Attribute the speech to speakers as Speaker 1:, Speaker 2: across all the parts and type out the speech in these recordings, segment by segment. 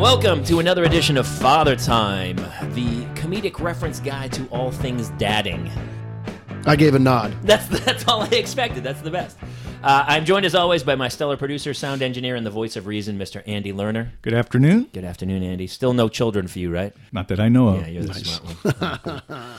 Speaker 1: Welcome to another edition of Father Time, the comedic reference guide to all things dadding.
Speaker 2: I gave a nod.
Speaker 1: That's that's all I expected. That's the best. Uh, I'm joined as always by my stellar producer, sound engineer, and the voice of reason, Mr. Andy Lerner.
Speaker 3: Good afternoon.
Speaker 1: Good afternoon, Andy. Still no children for you, right?
Speaker 3: Not that I know of.
Speaker 1: Yeah, you're the smart one. uh,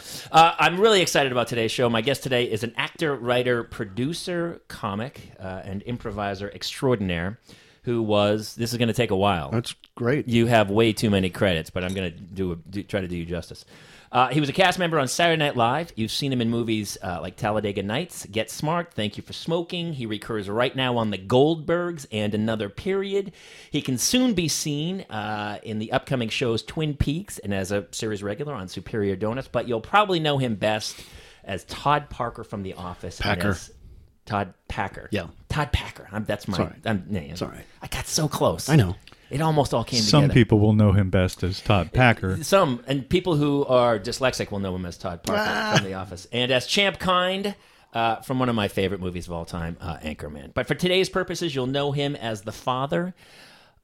Speaker 1: I'm really excited about today's show. My guest today is an actor, writer, producer, comic, uh, and improviser extraordinaire who was, this is going to take a while.
Speaker 2: That's great.
Speaker 1: You have way too many credits, but I'm going to do, a, do try to do you justice. Uh, he was a cast member on Saturday Night Live. You've seen him in movies uh, like Talladega Nights, Get Smart, Thank You for Smoking. He recurs right now on The Goldbergs and Another Period. He can soon be seen uh, in the upcoming shows Twin Peaks and as a series regular on Superior Donuts, but you'll probably know him best as Todd Parker from The Office. and
Speaker 2: Packer.
Speaker 1: as Todd Packer.
Speaker 2: Yeah.
Speaker 1: Todd Packer. I'm, that's my.
Speaker 2: Sorry.
Speaker 1: I'm, yeah.
Speaker 2: Sorry.
Speaker 1: I got so close.
Speaker 2: I know.
Speaker 1: It almost all came
Speaker 3: Some
Speaker 1: together.
Speaker 3: people will know him best as Todd Packer.
Speaker 1: Some and people who are dyslexic will know him as Todd Parker from The Office and as Champ Kind uh, from one of my favorite movies of all time, uh, Anchorman. But for today's purposes, you'll know him as the father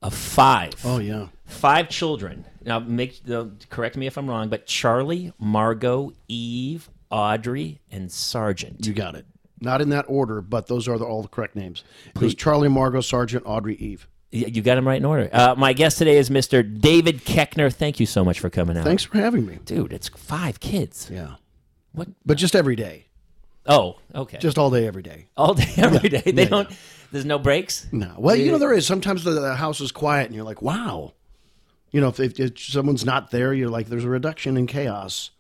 Speaker 1: of five.
Speaker 2: Oh yeah.
Speaker 1: Five children. Now, make uh, correct me if I'm wrong, but Charlie, Margot, Eve, Audrey, and Sergeant.
Speaker 2: You got it. Not in that order, but those are the, all the correct names. It was Charlie, Margot, Sergeant, Audrey, Eve.
Speaker 1: Y- You got him right in order. Uh, my guest today is Mr. David Keckner. Thank you so much for coming out.
Speaker 2: Thanks for having me.
Speaker 1: Dude, it's five kids.
Speaker 2: Yeah.
Speaker 1: What?
Speaker 2: But just every day.
Speaker 1: Oh, okay.
Speaker 2: Just all day, every day.
Speaker 1: all day, every day. They don't. There's no breaks.
Speaker 2: No. Well, you know, there is. Sometimes the, the house is quiet and you're like, wow. You know, if, if, if someone's not there, you're like, there's a reduction in chaos.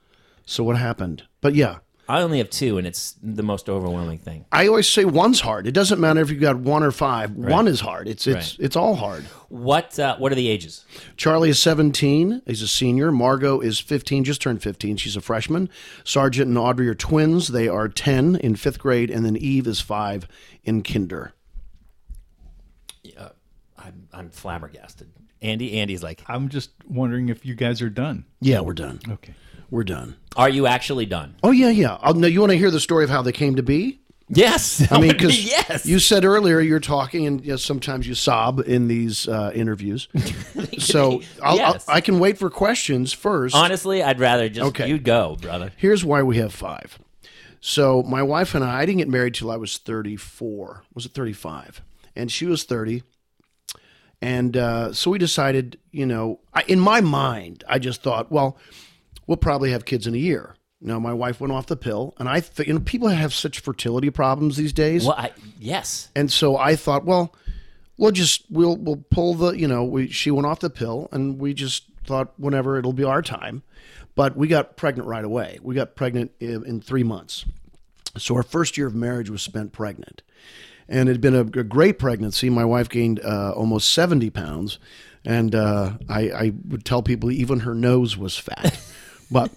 Speaker 2: So what happened? But yeah,
Speaker 1: I only have two, and it's the most overwhelming thing.
Speaker 2: I always say one's hard. It doesn't matter if you got one or five. One is hard. It's it's it's all hard.
Speaker 1: What? Uh, what are the ages?
Speaker 2: Charlie is 17. He's a senior. Margot is 15, just turned 15. She's a freshman. Sergeant and Audrey are twins. They are 10 in fifth grade, and then Eve is five in kinder.
Speaker 1: I'm, I'm flabbergasted. Andy, Andy's like,
Speaker 3: I'm just wondering if you guys are done.
Speaker 2: Yeah, we're done.
Speaker 3: Okay.
Speaker 2: We're done.
Speaker 1: are you actually done?
Speaker 2: Oh, yeah, yeah. Oh, now, you want to hear the story of how they came to be?
Speaker 1: Yes.
Speaker 2: I mean, because
Speaker 1: Oh, yes.
Speaker 2: you said earlier you're talking, and you know, sometimes you sob in these uh, interviews. so I'll,
Speaker 1: Yes.
Speaker 2: I'll, I can wait for questions first.
Speaker 1: Honestly, I'd rather just
Speaker 2: Okay.
Speaker 1: you go, brother.
Speaker 2: Here's why we have five. So my wife and I, I didn't get married till I was 34. Was it 35? And she was 30. And uh, so we decided, you know, I, in my mind, I just thought, well, we'll probably have kids in a year. Now my wife went off the pill, and I, th- you know, people have such fertility problems these days,
Speaker 1: Well, I, yes.
Speaker 2: and so I thought, well, we'll just we'll we'll pull the, you know, we she went off the pill, and we just thought whenever it'll be our time, but we got pregnant right away. We got pregnant in, in three months, so our first year of marriage was spent pregnant, and it had been a, a great pregnancy. My wife gained uh, almost seventy pounds, and uh, I, I would tell people even her nose was fat. But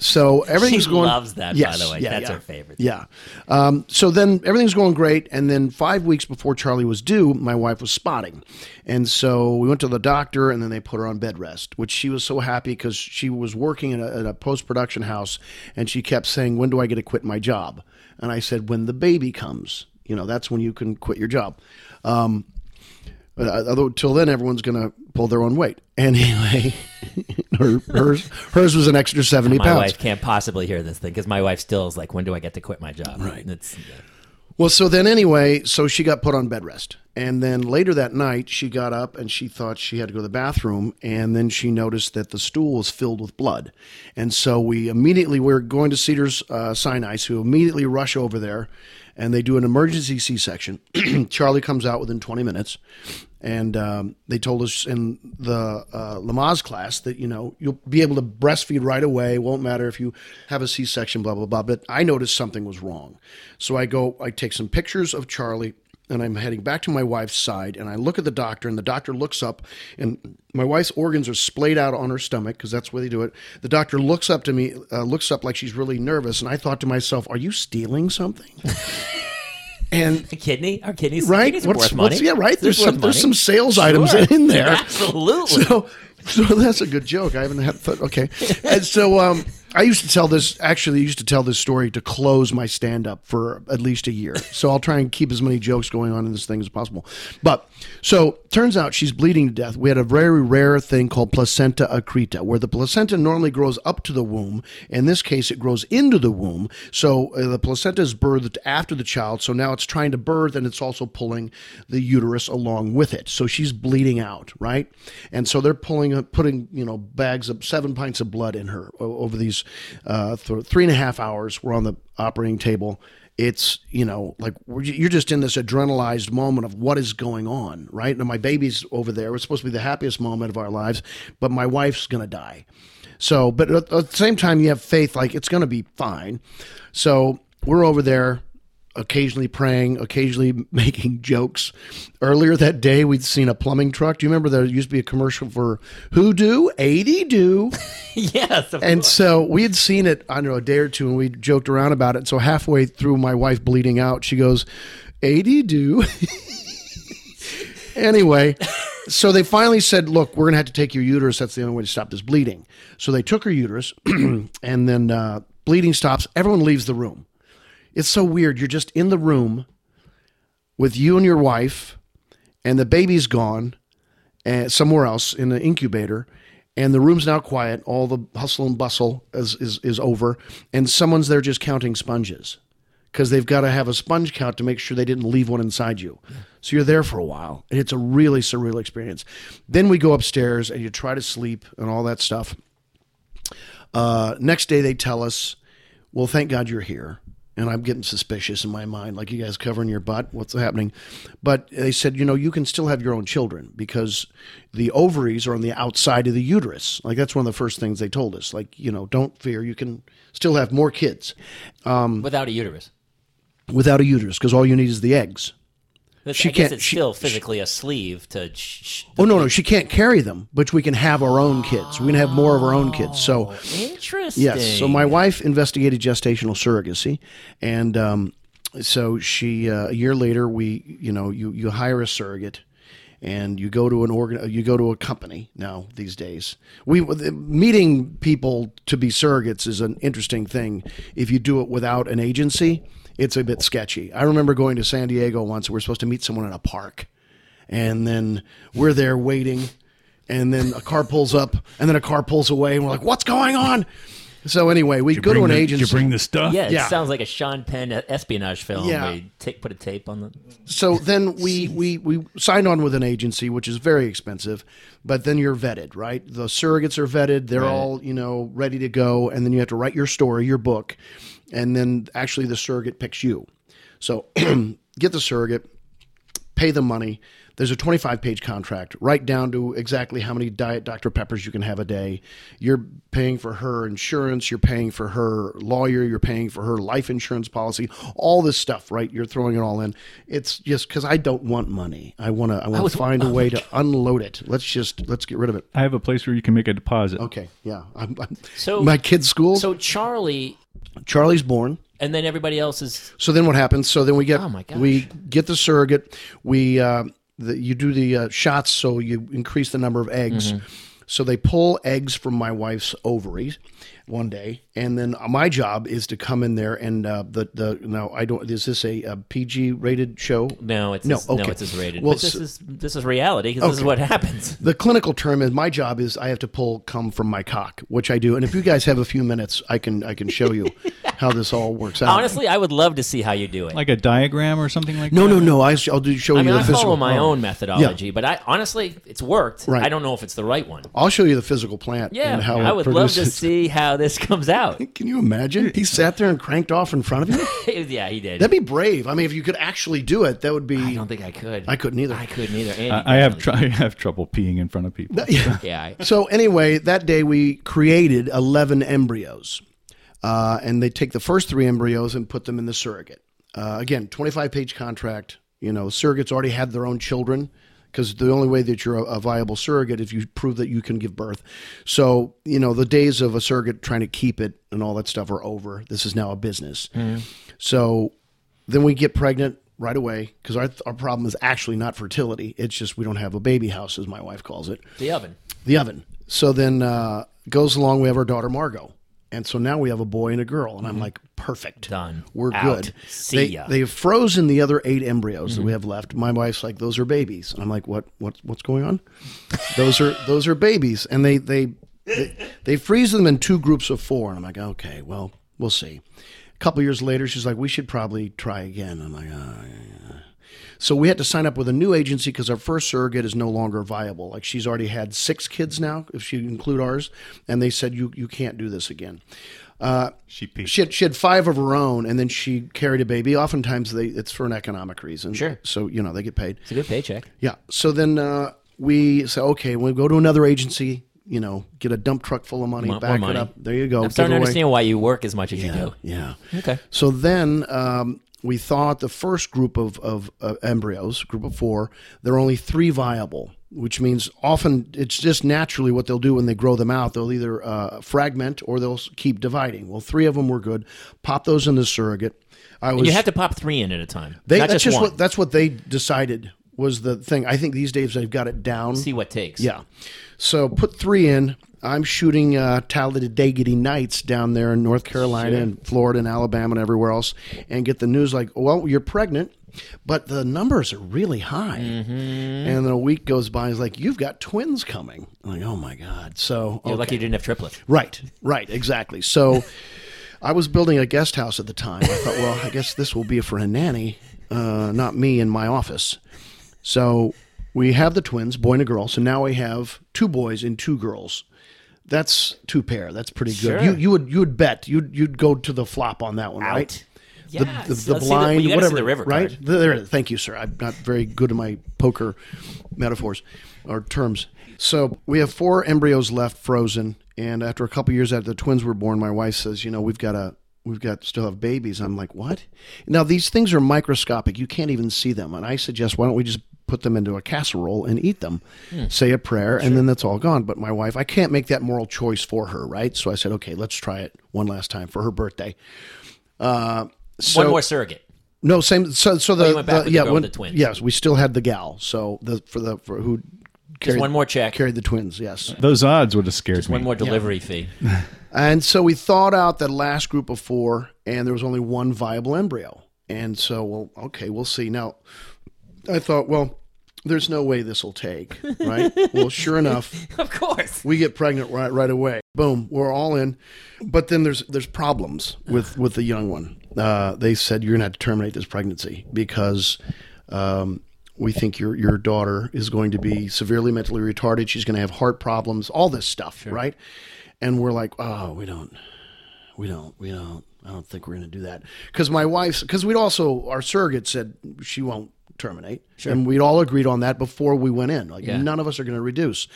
Speaker 2: so
Speaker 1: She
Speaker 2: everything's going.
Speaker 1: loves that,
Speaker 2: Yes,
Speaker 1: by the way.
Speaker 2: yeah,
Speaker 1: That's
Speaker 2: yeah.
Speaker 1: her favorite.
Speaker 2: Yeah. Um, so then everything's going great. And then five weeks before Charlie was due, my wife was spotting. And so we went to the doctor and then they put her on bed rest, which she was so happy because she was working in a, at a post production house and she kept saying, When do I get to quit my job? And I said, When the baby comes, you know, that's when you can quit your job. Um, but uh, although till then everyone's gonna pull their own weight. Anyway, her, hers hers was an extra seventy
Speaker 1: My
Speaker 2: pounds.
Speaker 1: wife can't possibly hear this thing because my wife still is like, when do I get to quit my job? Right. It's, uh,
Speaker 2: Well, so then anyway, so she got put on bed rest. And then later that night, she got up and she thought she had to go to the bathroom. And then she noticed that the stool was filled with blood. And so we immediately, we are going to Cedars uh, Sinai, who immediately rush over there and they do an emergency C section. Charlie comes out within 20 minutes. And um, they told us in the uh, Lamaze class that, you know, you'll be able to breastfeed right away. Won't matter if you have a C section, blah, blah, blah. But I noticed something was wrong. So I go, I take some pictures of Charlie and I'm heading back to my wife's side and I look at the doctor and the doctor looks up and my wife's organs are splayed out on her stomach because that's where they do it. The doctor looks up to me, uh, looks up like she's really nervous. And I thought to myself, are you stealing something? and
Speaker 1: a kidney? Our kidneys,
Speaker 2: right?
Speaker 1: kidneys are worth money.
Speaker 2: yeah, right. There's
Speaker 1: They're worth
Speaker 2: some there's
Speaker 1: money.
Speaker 2: some sales items
Speaker 1: Sure.
Speaker 2: in there.
Speaker 1: Absolutely.
Speaker 2: So, so that's a good joke. I haven't had thought. Okay, and so um, I used to tell this. Actually, I used to tell this story to close my stand up for at least a year. So I'll try and keep as many jokes going on in this thing as possible. But so turns out she's bleeding to death. We had a very rare thing called placenta accreta, where the placenta normally grows up to the womb. In this case, it grows into the womb. So uh, the placenta is birthed after the child. So now it's trying to birth, and it's also pulling the uterus along with it. So she's bleeding out, right? And so they're pulling, uh, putting you know bags of seven pints of blood in her o- over these uh, th- three and a half hours. We're on the operating table. It's you know like we're- you're just in this adrenalized moment of what is going on, right? Now my baby's over there. It's supposed to be the happiest moment of our lives, but my wife's gonna die. So, but at at the same time, you have faith, like it's gonna be fine. So we're over there occasionally praying, occasionally making jokes. Earlier that day, we'd seen a plumbing truck. Do you remember there used to be a commercial for Hoodoo, 80 Do?
Speaker 1: yes. Of
Speaker 2: And so we had seen it, I don't know, a day or two, and we joked around about it. So halfway through my wife bleeding out, she goes, 80 Do? anyway, so they finally said, "Look, we're going to have to take your uterus. That's the only way to stop this bleeding." So they took her uterus, and then uh, bleeding stops. Everyone leaves the room. It's so weird. You're just in the room with you and your wife, and the baby's gone and somewhere else in the incubator. And the room's now quiet. All the hustle and bustle is, is, is over. And someone's there just counting sponges because they've got to have a sponge count to make sure they didn't leave one inside you. So you're there for a while, and it's a really surreal experience. Then we go upstairs, and you try to sleep and all that stuff. Uh, next day, they tell us, "Well, thank God you're here." And I'm getting suspicious in my mind, like you guys covering your butt. What's happening? But they said, you know, you can still have your own children because the ovaries are on the outside of the uterus. Like that's one of the first things they told us. Like, you know, don't fear, you can still have more kids
Speaker 1: without a uterus.
Speaker 2: without a uterus because all you need is the eggs.
Speaker 1: That's-
Speaker 2: She
Speaker 1: I guess
Speaker 2: can't-
Speaker 1: it's
Speaker 2: she-
Speaker 1: still physically a sleeve to. Sh- sh-
Speaker 2: Oh no, no, she can't carry them, but we can have our own kids. We can have more of our own kids. So
Speaker 1: Interesting.
Speaker 2: yes, so my wife investigated gestational surrogacy, and um, so she uh, a year later we you know you you hire a surrogate. And you go to an organ, you go to a company now these days. We meeting people to be surrogates is an interesting thing. If you do it without an agency, it's a bit sketchy. I remember going to San Diego once. We we're supposed to meet someone in a park, and then we're there waiting and then a car pulls up and then a car pulls away and we're like what's going on so anyway we go to an
Speaker 3: Bring the-
Speaker 2: agency
Speaker 3: You bring the stuff.
Speaker 1: Yeah, it
Speaker 2: Yeah.
Speaker 1: sounds like a Sean Penn e, espionage film.
Speaker 2: Yeah.
Speaker 1: They take, put a tape on the.
Speaker 2: so then we, we we signed on with an agency which is very expensive but then you're vetted right the surrogates are vetted they're all you know ready to go and then you have to write your story your book and then actually the surrogate picks you so get the surrogate pay the money. There's a 25 page contract, right down to exactly how many Diet Dr. Peppers you can have a day. You're paying for her insurance, you're paying for her lawyer, you're paying for her life insurance policy, all this stuff, right? You're throwing it all in. It's just because I don't want money. I want to I want to find a way to unload it. Let's just, let's get rid of it.
Speaker 3: I have a place where you can make a deposit.
Speaker 2: Okay, yeah. I'm, I'm,
Speaker 1: So-
Speaker 2: my kid's school,
Speaker 1: So Charlie,
Speaker 2: Charlie's born.
Speaker 1: and then everybody else is.
Speaker 2: So then what happens? So then we get
Speaker 1: Oh my gosh.
Speaker 2: we get the surrogate. We uh, the, you do the uh, shots, so you increase the number of eggs.
Speaker 1: Mm-hmm.
Speaker 2: So they pull eggs from my wife's ovaries one day, and then my job is to come in there and uh, the the now I don't is this a, uh PG rated show?
Speaker 1: No, it's
Speaker 2: No,
Speaker 1: As,
Speaker 2: okay.
Speaker 1: no, it's as rated.
Speaker 2: Well,
Speaker 1: but this
Speaker 2: so-
Speaker 1: is this is reality because this is what happens.
Speaker 2: The clinical term is my job is I have to pull cum from my cock, which I do. And if you guys have a few minutes, I can I can show you how this all works out.
Speaker 1: Honestly, I would love to see how you do it.
Speaker 3: Like a diagram or something like
Speaker 2: no,
Speaker 3: that.
Speaker 2: no, no. I, will do show
Speaker 1: I
Speaker 2: you
Speaker 1: mean,
Speaker 2: the
Speaker 1: I
Speaker 2: physical.
Speaker 1: follow my own methodology, but I honestly, it's worked.
Speaker 2: Right.
Speaker 1: I don't know if it's the right one.
Speaker 2: I'll show you the physical plant
Speaker 1: Yeah,
Speaker 2: and how
Speaker 1: I
Speaker 2: it
Speaker 1: would love
Speaker 2: produces.
Speaker 1: to see how this comes out.
Speaker 2: Can you imagine? He sat there and cranked off in front of you.
Speaker 1: yeah, he did.
Speaker 2: That'd be brave. I mean, if you could actually do it, that would be.
Speaker 1: I don't think I could.
Speaker 2: I couldn't either.
Speaker 1: I couldn't either. Andy,
Speaker 3: Uh, I, I have tr- I have trouble peeing in front of people.
Speaker 2: Yeah.
Speaker 1: yeah, I-
Speaker 2: So anyway, that day we created eleven embryos, uh, and they take the first three embryos and put them in the surrogate. Uh, again, twenty-five page contract. You know, surrogates already had their own children because the only way that you're a, a viable surrogate if you prove that you can give birth. So you know, the days of a surrogate trying to keep it and all that stuff are over. This is now a business. So then we get pregnant right away because our, our problem is actually not fertility. It's just we don't have a baby house, as my wife calls it
Speaker 1: the oven.
Speaker 2: the oven. So then uh, goes along. We have our daughter Margot, And so now we have a boy and a girl. And I'm like, perfect.
Speaker 1: Mm-hmm. Done.
Speaker 2: We're
Speaker 1: Out.
Speaker 2: good.
Speaker 1: See
Speaker 2: they,
Speaker 1: ya. Mm-hmm.
Speaker 2: They've frozen the other eight embryos that we have left. My wife's like, those are babies. And I'm like, what, what, what's going on? those are, those are babies. And they, they, they, they freeze them in two groups of four. And I'm like, okay, well, we'll see. A couple years later, she's like, we should probably try again. I'm like, oh, so we had to sign up with a new agency because our first surrogate is no longer viable. Like she's already had six kids now, if you include ours, and they said you you can't do this again. Uh,
Speaker 4: She peaked.
Speaker 2: she had, she had five of her own, and then she carried a baby. Oftentimes, they it's for an economic reason.
Speaker 1: Sure.
Speaker 2: So you know they get paid.
Speaker 1: It's a good paycheck.
Speaker 2: Yeah. So then uh, we say, okay, we'll go to another agency. You know, get a dump truck full of money,
Speaker 1: More- more
Speaker 2: back it
Speaker 1: money.
Speaker 2: up. There you go.
Speaker 1: I'm starting to
Speaker 2: Give away-
Speaker 1: understand why you work as much as you do.
Speaker 2: Yeah.
Speaker 1: Okay.
Speaker 2: So then um, we thought the first group of, of uh, embryos, group of four, there are only three viable, which means often it's just naturally what they'll do when they grow them out. They'll either uh, fragment or they'll s- keep dividing. Well, three of them were good. Pop those in the surrogate. I was
Speaker 1: You have to pop three in at a time.
Speaker 2: they,
Speaker 1: not
Speaker 2: that's
Speaker 1: just, one.
Speaker 2: what that's what they decided was the thing. I think these days they've got it down.
Speaker 1: See what takes.
Speaker 2: Yeah. So put three in. I'm shooting uh, Talladega Nights down there in North Carolina and Florida and Alabama and everywhere else, and get the news like, well, you're pregnant, but the numbers are really high. And then a week goes by, it's like, you've got twins coming. I'm like, oh my god. So
Speaker 1: You're
Speaker 2: okay.
Speaker 1: lucky you didn't have triplets.
Speaker 2: Right, right, exactly. So I was building a guest house at the time. I thought, well, I guess this will be for a nanny, uh, not me in my office. So we have the twins, boy and a girl. So now we have two boys and two girls. That's two pair. That's pretty good.
Speaker 1: Sure.
Speaker 2: You you would you would bet you'd you'd go to the flop on that one, right?
Speaker 1: Yeah,
Speaker 2: the,
Speaker 1: let's
Speaker 2: the, the
Speaker 1: see
Speaker 2: blind,
Speaker 1: you gotta
Speaker 2: whatever,
Speaker 1: see the river
Speaker 2: right?
Speaker 1: card.
Speaker 2: There, it is. thank you, sir. I'm not very good at my poker metaphors or terms. So we have four embryos left frozen, and after a couple years after the twins were born, my wife says, "You know, we've got a." We've got still have babies. I'm like, what? Now these things are microscopic. You can't even see them. And I suggest why don't we just put them into a casserole and eat them,
Speaker 1: Hmm.
Speaker 2: say a prayer, and then that's all gone. But my wife, I can't make that moral choice for her, right? So I said, okay, let's try it one last time for her birthday. Uh, so,
Speaker 1: one more surrogate.
Speaker 2: no, same. So, so the,
Speaker 1: you went back
Speaker 2: the-
Speaker 1: with the
Speaker 2: yeah,
Speaker 1: girl
Speaker 2: when-
Speaker 1: with the twins.
Speaker 2: Yes, we still had the gal. So the for the for who
Speaker 1: Just
Speaker 2: carried,
Speaker 1: one more check.
Speaker 2: carried the twins. Yes,
Speaker 3: Those odds would have scared me.
Speaker 1: One more delivery fee.
Speaker 2: and so we thought out that last group of four, and there was only one viable embryo. And so, well, okay, we'll see. Now, I thought, well, there's no way this will take, right? well, sure enough,
Speaker 1: of course.
Speaker 2: we get pregnant right right away. Boom, we're all in. But then there's there's problems with with the young one. Uh, they said you're gonna have to terminate this pregnancy because um, we think your your daughter is going to be severely mentally retarded. She's gonna have heart problems, all this stuff, right? And we're like, oh, we don't, we don't, we don't. I don't think we're gonna do that because my wife's because we'd also our surrogate said she won't terminate and we'd all agreed on that before we went in like
Speaker 1: Yeah.
Speaker 2: none of us are going to reduce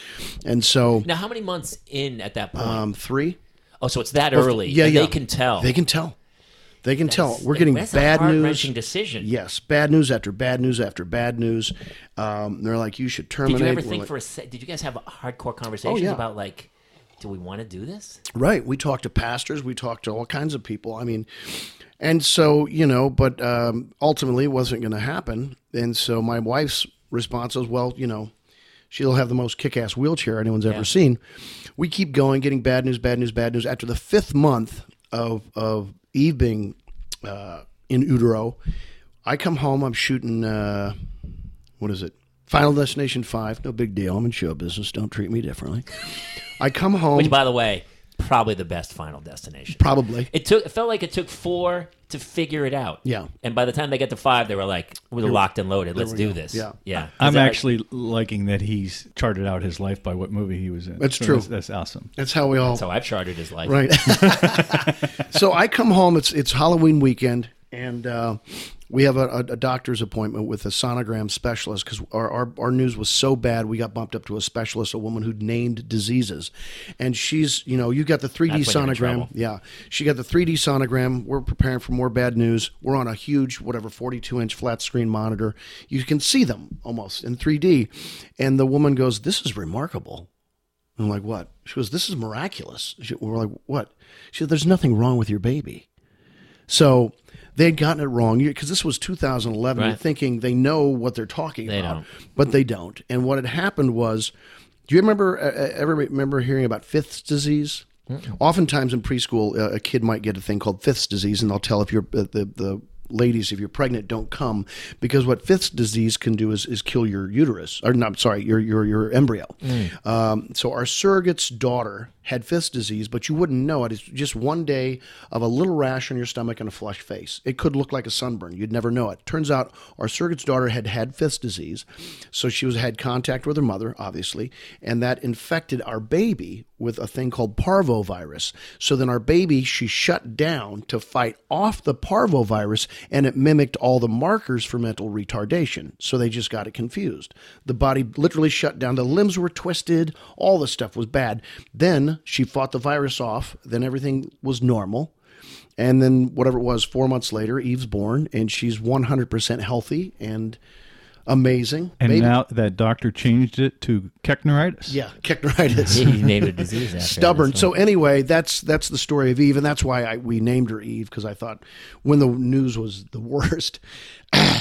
Speaker 2: and so
Speaker 1: Now, how many months in at that point?
Speaker 2: um, three.
Speaker 1: oh, so it's that early.
Speaker 2: yeah,
Speaker 1: and
Speaker 2: yeah.
Speaker 1: They can tell.
Speaker 2: They can tell. They can tell. We're getting bad news.
Speaker 1: wrenching decision.
Speaker 2: Yes, bad news after bad news after bad news. Um, they're like, you should terminate.
Speaker 1: Did you ever
Speaker 2: We're
Speaker 1: think
Speaker 2: like-
Speaker 1: for a sec? Did you guys have hardcore conversations
Speaker 2: Oh, yeah.
Speaker 1: about like, do we want to do this?
Speaker 2: Right. We talked to pastors. We talked to all kinds of people. I mean, and so, you know, but um, ultimately it wasn't going to happen. And so my wife's response was, well, you know, she'll have the most kick ass wheelchair anyone's ever seen. We keep going, getting bad news, bad news, bad news. After the fifth month of, of Eve being uh, in utero, I come home, I'm shooting, uh, what is it? Final Destination 5. No big deal. I'm in show business. Don't treat me differently. I come home.
Speaker 1: Which, by the way, probably the best Final Destination.
Speaker 2: Probably.
Speaker 1: It took. It felt like it took four to figure it out.
Speaker 2: Yeah.
Speaker 1: And by the time they got to five, they were like, "We're locked and loaded. Let's do this."
Speaker 2: Yeah.
Speaker 1: Yeah.
Speaker 3: I'm
Speaker 1: Is that-
Speaker 3: actually liking that he's charted out his life by what movie he was in.
Speaker 2: That's
Speaker 3: So
Speaker 2: true.
Speaker 3: That's, that's awesome.
Speaker 2: That's how we all
Speaker 1: So I've charted his life.
Speaker 2: right. so I come home. It's it's Halloween weekend, and uh, we have a, a, a doctor's appointment with a sonogram specialist because our, our our news was so bad we got bumped up to a specialist, a woman who named diseases, and she's you know you got the 3D
Speaker 1: That's when you're in
Speaker 2: sonogram.
Speaker 1: trouble.
Speaker 2: Yeah, she got the 3D sonogram. We're preparing for more bad news. We're on a huge whatever 42 inch flat screen monitor. You can see them almost in 3D, and the woman goes, "This is remarkable." I'm like, what? She goes, this is miraculous. She, we're like, what? She said, there's nothing wrong with your baby. So they had gotten it wrong because this was 2011. You're
Speaker 1: Right.
Speaker 2: thinking they know what they're talking
Speaker 1: They
Speaker 2: about,
Speaker 1: don't.
Speaker 2: but they e, don't. And what had happened was, do you remember uh, uh, ever remember hearing about Fifth's disease? Oftentimes in preschool, uh, a kid might get a thing called Fifth's disease, and they'll tell if you're uh, the the ladies if you're pregnant don't come because what Fifth's disease can do is is kill your uterus or not sorry your your your embryo. Um, so our surrogate's daughter had Fifth's disease, but you wouldn't know it. It's just one day of a little rash on your stomach and a flushed face. It could look like a sunburn. You'd never know it. Turns out our surrogate's daughter had had Fifth's disease, so she was had contact with her mother, obviously, and that infected our baby with a thing called parvovirus. So then our baby she shut down to fight off the parvovirus, and it mimicked all the markers for mental retardation. So they just got it confused. The body literally shut down. The limbs were twisted. All the stuff was bad. Then she fought the virus off. Then everything was normal. And then whatever it was, four months later, Eve's born, and she's 100% healthy and amazing.
Speaker 3: And
Speaker 2: Baby-
Speaker 3: now that doctor changed it to Kechneritis.
Speaker 2: yeah, Kechneritis.
Speaker 1: He named a disease after
Speaker 2: stubborn. So anyway, that's that's the story of Eve, and that's why I, we named her Eve because I thought when the news was the worst.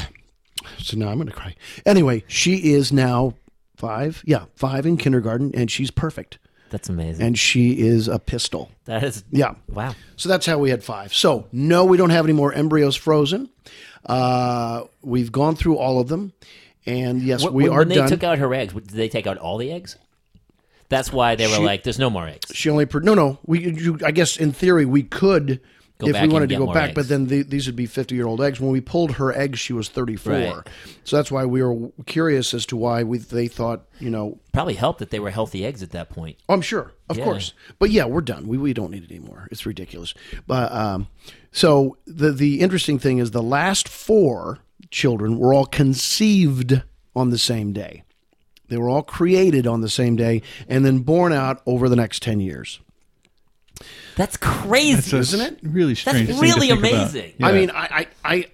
Speaker 2: so now I'm going to cry. Anyway, she is now five. Yeah, five in kindergarten, and she's perfect,
Speaker 1: That's amazing.
Speaker 2: and she is a pistol.
Speaker 1: that is
Speaker 2: Yeah.
Speaker 1: wow.
Speaker 2: So that's how we had five. So no, we don't have any more embryos frozen. Uh, we've gone through all of them, and yes,
Speaker 1: Wh-
Speaker 2: we
Speaker 1: when,
Speaker 2: are
Speaker 1: when they
Speaker 2: done.
Speaker 1: took out her eggs, did they take out all the eggs? That's why they were like, "There's no more eggs."
Speaker 2: She only pro- no no. We you, I guess in theory we could
Speaker 1: Go
Speaker 2: if
Speaker 1: back
Speaker 2: we
Speaker 1: and
Speaker 2: wanted to
Speaker 1: get
Speaker 2: go
Speaker 1: more
Speaker 2: back,
Speaker 1: eggs.
Speaker 2: but then the, these would be fifty year old eggs. When we pulled her eggs, she was thirty four.
Speaker 1: Right.
Speaker 2: So that's why we were curious as to why we they thought you know. oh,
Speaker 1: Probably helped that they were healthy eggs at that point.
Speaker 2: I'm sure, of
Speaker 1: Yeah.
Speaker 2: course, but yeah, we're done. We we don't need it anymore. It's ridiculous. But um, so the the interesting thing is the last four children were all conceived on the same day. They were all created on the same day and then born out over the next ten years.
Speaker 1: That's crazy.
Speaker 3: Isn't
Speaker 2: it?
Speaker 3: Really strange. thing to
Speaker 1: really
Speaker 3: think about.
Speaker 1: amazing.
Speaker 3: Yeah.
Speaker 2: I mean, I, I,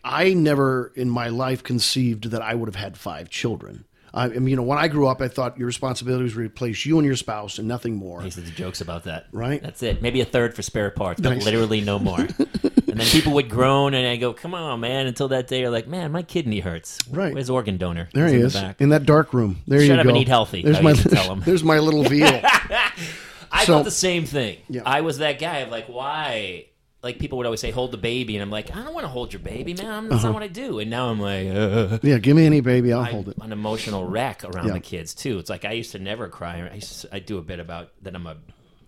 Speaker 2: I, I never in my life conceived that I would have had five children. I, I mean, you know, when I grew up, I thought your responsibility was to replace you and your spouse and nothing more.
Speaker 1: He said the jokes about that.
Speaker 2: Right.
Speaker 1: That's it. Maybe a third for spare parts, but literally no more. and then people would groan, and I go, "Come on, man!" Until that day, you're like, "Man, my kidney hurts."
Speaker 2: Right.
Speaker 1: Where's organ donor?
Speaker 2: There
Speaker 1: It's
Speaker 2: he
Speaker 1: in the
Speaker 2: is
Speaker 1: back.
Speaker 2: in that dark room. There
Speaker 1: Shut
Speaker 2: you
Speaker 1: up
Speaker 2: go.
Speaker 1: and eat healthy.
Speaker 2: There's
Speaker 1: I
Speaker 2: my
Speaker 1: used to tell him.
Speaker 2: there's my little veal.
Speaker 1: I
Speaker 2: So-
Speaker 1: thought the same thing.
Speaker 2: Yeah.
Speaker 1: I was that guy of like, why? Like people would always say, "Hold the baby," and I'm like, "I don't want to hold your baby, man. I'm- That's
Speaker 2: Uh-huh.
Speaker 1: not what I do." And now I'm like, uh,
Speaker 2: yeah, give me any baby, I'll hold it.
Speaker 1: an emotional wreck around
Speaker 2: Yeah.
Speaker 1: the kids too. It's like I used to never cry. I, used to- I do a bit about that I'm a,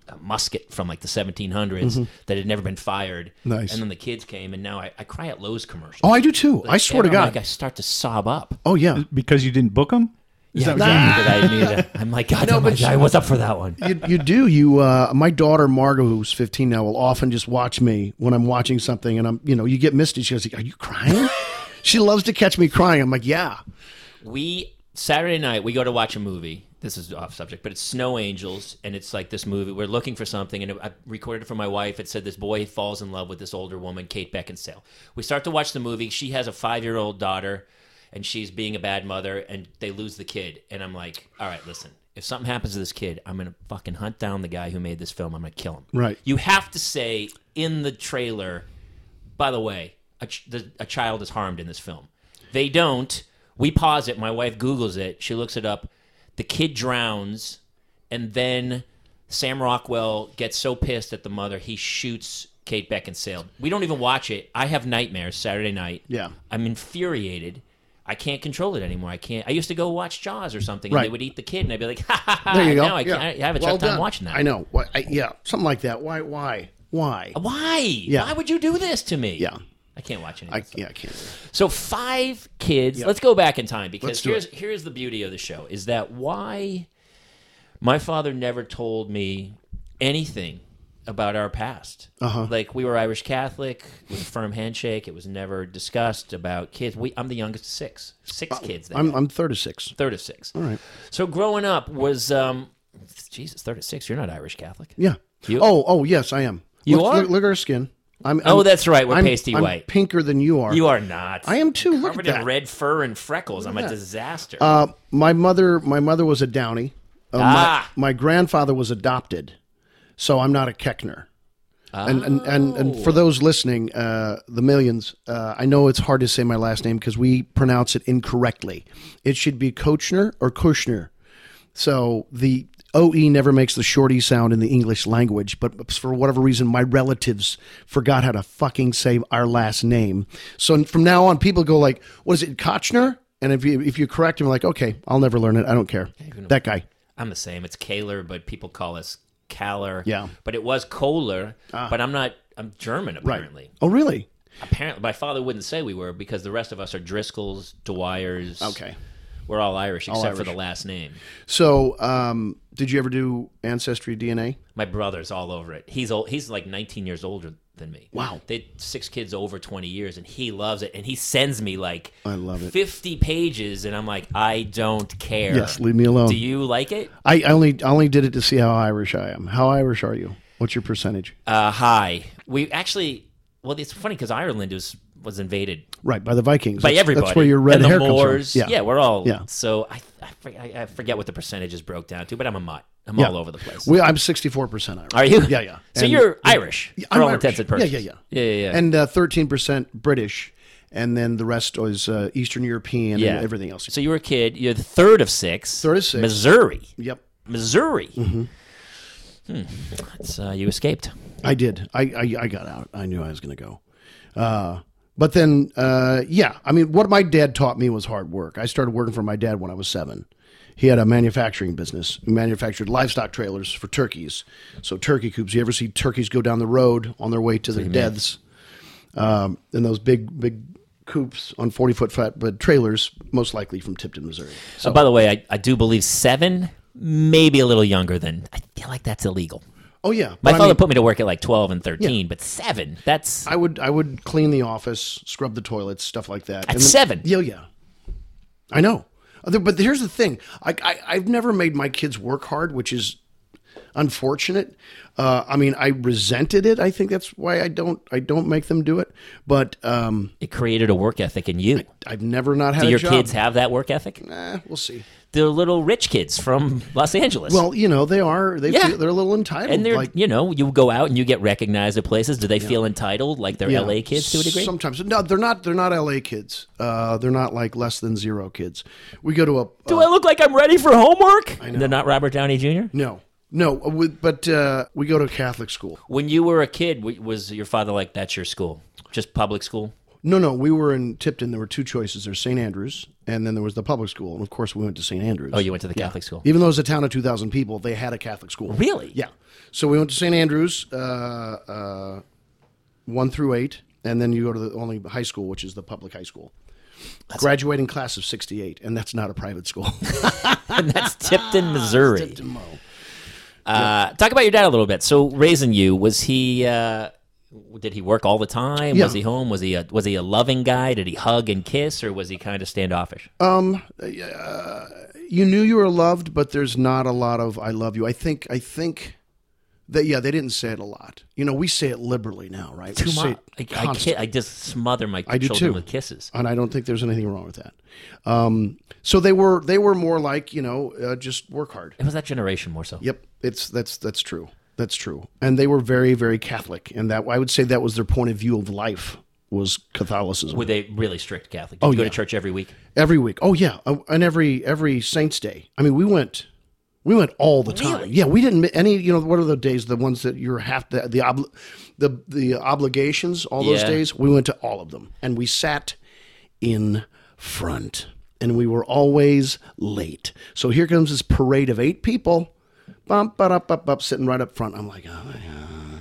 Speaker 1: a musket from like the 1700s that had never been fired.
Speaker 2: Mm-hmm. Nice.
Speaker 1: And then the kids came, and now I, I cry at Lowe's commercials.
Speaker 2: Oh, I do too. I swear to
Speaker 1: And I'm
Speaker 2: God.
Speaker 1: like, I start to sob up.
Speaker 2: oh yeah.
Speaker 3: because you didn't book them. Is that what you mean?
Speaker 1: That I knew that- I'm like, God, damn,
Speaker 2: but
Speaker 1: I, I was up for that one.
Speaker 2: you, you do. You, uh, my daughter Margot, who's 15 now, will often just watch me when I'm watching something, and I'm, you know, you get misty. She goes, "Are you crying?" she loves to catch me crying. I'm like, "Yeah."
Speaker 1: we Saturday night we go to watch a movie. This is off subject, but it's Snow Angels, and it's like this movie. We're looking for something, and I recorded it for my wife. It said this boy falls in love with this older woman, Kate Beckinsale. We start to watch the movie. She has a five-year-old daughter, and she's being a bad mother, and they lose the kid. And I'm like, all right, listen. If something happens to this kid, I'm gonna fucking hunt down the guy who made this film. I'm gonna kill him.
Speaker 2: Right.
Speaker 1: You have to say in the trailer by the way, a, ch- the, a child is harmed in this film. They don't. We pause it. My wife Googles it. She looks it up. The kid drowns, and then Sam Rockwell gets so pissed at the mother, he shoots Kate Beckinsale. We don't even watch it. I have nightmares Saturday night.
Speaker 2: Yeah.
Speaker 1: I'm infuriated. I can't control it anymore. I can't. I used to go watch Jaws or something, and
Speaker 2: Right.
Speaker 1: they would eat the kid, and I'd be like, "Ha ha ha!"
Speaker 2: There you go.
Speaker 1: Now I,
Speaker 2: Yeah.
Speaker 1: can't, I have a
Speaker 2: Well
Speaker 1: tough time
Speaker 2: done.
Speaker 1: watching that.
Speaker 2: I know. Why- I- yeah, something like that. Why? Why? Why?
Speaker 1: Why? Why would you do this to me?
Speaker 2: Yeah.
Speaker 1: I can't watch anything.
Speaker 2: I, yeah, I can't.
Speaker 1: So five kids. Let's go back in time because
Speaker 2: Let's do
Speaker 1: here's here's the beauty of the show is that why my father never told me anything about our past. Uh-huh. Like we were Irish Catholic with a firm handshake. It was never discussed about kids. We I'm the youngest of six. Six kids. That
Speaker 2: I'm I'm 36.
Speaker 1: third of six.
Speaker 2: All right.
Speaker 1: So growing up was um Jesus third of six. You're not Irish Catholic.
Speaker 2: Yeah.
Speaker 1: You-
Speaker 2: oh, oh yes, I am.
Speaker 1: You
Speaker 2: look,
Speaker 1: are?
Speaker 2: Look, look at her skin. I'm.
Speaker 1: Oh,
Speaker 2: I'm-
Speaker 1: that's right. We're
Speaker 2: I'm,
Speaker 1: pasty
Speaker 2: I'm
Speaker 1: white.
Speaker 2: pinker than you are.
Speaker 1: You are not.
Speaker 2: I am too. Look at
Speaker 1: covered in
Speaker 2: that.
Speaker 1: red fur and freckles. I'm a disaster.
Speaker 2: Uh, my mother. My mother was a Downey. Uh,
Speaker 1: Ah.
Speaker 2: my, my grandfather was adopted, so I'm not a Keckner. And, and and and for those listening, uh, the millions, uh, I know it's hard to say my last name because we pronounce it incorrectly. It should be Kochner or Kushner. So the OE never makes the short E sound in the English language, but for whatever reason, my relatives forgot how to fucking say our last name. So from now on, people go like, what is it, Kochner? And if you, if you correct him, like, okay, I'll never learn it. I don't care. That guy.
Speaker 1: I'm the same. It's Kaler, but people call us Kaler.
Speaker 2: Yeah. Ah.
Speaker 1: But it was Kohler, but I'm not, I'm German apparently.
Speaker 2: Oh, really?
Speaker 1: Apparently, my father wouldn't say we were because the rest of us are Driscolls, Dwyers.
Speaker 2: Okay.
Speaker 1: We're all Irish except for the last name.
Speaker 2: So, um, did you ever do ancestry DNA?
Speaker 1: My brother's all over it. He's old. He's like 19 years older than me.
Speaker 2: Wow.
Speaker 1: They six kids over 20 years, and he loves it. And he sends me like I
Speaker 2: love it.
Speaker 1: 50 pages, and I'm like, I don't care.
Speaker 2: Yes, leave me alone.
Speaker 1: Do you like it?
Speaker 2: I, I only I only did it to see how Irish I am. How Irish are you? What's your percentage?
Speaker 1: Uh, hi. We actually. Well, it's funny because Ireland was was invaded
Speaker 2: Right by the Vikings.
Speaker 1: by
Speaker 2: that's,
Speaker 1: everybody.
Speaker 2: That's where your red
Speaker 1: and
Speaker 2: hair
Speaker 1: the Moors.
Speaker 2: comes from.
Speaker 1: Yeah. we're all.
Speaker 2: Yeah.
Speaker 1: So I, I for- I, I forget what the percentages broke down to, but I'm a mutt. I'm all over the place.
Speaker 2: We, I'm 64 percent Irish.
Speaker 1: Are you?
Speaker 2: Yeah, yeah.
Speaker 1: So
Speaker 2: And-
Speaker 1: you're Irish for
Speaker 2: I'm
Speaker 1: all
Speaker 2: Irish.
Speaker 1: intents and
Speaker 2: Yeah, yeah,
Speaker 1: purposes.
Speaker 2: yeah.
Speaker 1: yeah, yeah, yeah.
Speaker 2: and uh, 13 percent British, and then the rest is uh, Eastern European
Speaker 1: Yeah.
Speaker 2: and everything else.
Speaker 1: so you were a kid. You're the third of six.
Speaker 2: Third of six. Mm-hmm.
Speaker 1: Missouri,
Speaker 2: Yep,
Speaker 1: Missouri. Hmm. It's, uh, you escaped.
Speaker 2: I did. I, I I got out. I knew I was going to go. Uh, but then, uh, yeah, I mean, what my dad taught me was hard work. I started working for my dad when I was seven. He had a manufacturing business, He manufactured livestock trailers for turkeys. So turkey coops. You ever see turkeys go down the road on their way to their deaths? Um, and those big big coops on forty foot flatbed trailers, most likely from Tipton, Missouri.
Speaker 1: So, Oh, by the way, I, I do believe seven, maybe a little younger than. I feel like that's illegal.
Speaker 2: Oh yeah,
Speaker 1: My
Speaker 2: But I
Speaker 1: father
Speaker 2: mean-
Speaker 1: put me to work at like twelve and thirteen, but seven. That's
Speaker 2: I would I would clean the office, scrub the toilets, stuff like that. At
Speaker 1: seven?
Speaker 2: Yeah, yeah. I know. Other- But here's the thing: I, I I've never made my kids work hard, which is unfortunate. Uh, I mean, I resented it. I think that's why I don't I don't make them do it. But um,
Speaker 1: it created a work ethic in you.
Speaker 2: I've never not had
Speaker 1: Do
Speaker 2: a
Speaker 1: your
Speaker 2: job.
Speaker 1: kids have that work ethic?
Speaker 2: Eh, we'll see.
Speaker 1: They're little rich kids from Los Angeles.
Speaker 2: Well, you know, they are they
Speaker 1: Yeah.
Speaker 2: feel, they're a little entitled.
Speaker 1: and they're
Speaker 2: like,
Speaker 1: you know you go out and you get recognized at places. Do they feel entitled like they're
Speaker 2: Yeah.
Speaker 1: LA kids to a degree?
Speaker 2: Sometimes no, they're not. They're not LA kids. Uh, they're not like less than zero kids. We go to a
Speaker 1: Do I look like I'm ready for homework? They're not Robert Downey Jr.
Speaker 2: No, no. we- But uh, we go to Catholic school.
Speaker 1: When you were a kid, w- was your father like, "That's your school, just public school"?
Speaker 2: No, no. We were in Tipton. There were two choices: there's St. Andrews, and then there was the public school. And of course, we went to St. Andrews.
Speaker 1: Oh, you went to the Catholic school.
Speaker 2: Even though it was a town of two thousand people, they had a Catholic school.
Speaker 1: Really?
Speaker 2: Yeah. So we went to St. Andrews, uh, uh, one through eight, and then you go to the only high school, which is the public high school. Graduating class of '68, and that's not a private school.
Speaker 1: and that's Tipton, Missouri. Uh, talk about your dad a little bit. So raising you, was he? Uh, did he work all the time? Was
Speaker 2: Yeah.
Speaker 1: he home? Was he a, was he a loving guy? Did he hug and kiss, or was he kind of standoffish?
Speaker 2: Uh, you knew you were loved, but there's not a lot of "I love you." I think I think that yeah, they didn't say it a lot. You know, we say it liberally now, right?
Speaker 1: Too
Speaker 2: we say
Speaker 1: much.
Speaker 2: it
Speaker 1: I, I,
Speaker 2: constantly,
Speaker 1: ki- I just smother my
Speaker 2: do
Speaker 1: children
Speaker 2: too.
Speaker 1: with kisses.
Speaker 2: and I don't think there's anything wrong with that. Um, so they were they were more like you know uh, just work hard.
Speaker 1: It was that generation more so.
Speaker 2: Yep, it's that's that's true. That's true. And they were very very Catholic, and that I would say that was their point of view of life was Catholicism.
Speaker 1: Were they really strict Catholic?
Speaker 2: Oh,
Speaker 1: Did you go to church every week?
Speaker 2: Every week. Oh yeah, Uh, and every every Saints Day. I mean, we went, we went all the time.
Speaker 1: Really?
Speaker 2: Yeah, we didn't mi- any. You know, what are the days? The ones that you're half the the obli- the the obligations. All those
Speaker 1: Yeah.
Speaker 2: days, we went to all of them, and we sat in front, and we were always late. So here comes this parade of eight people, bump, ba up, up, up, sitting right up front. I'm like, oh, yeah.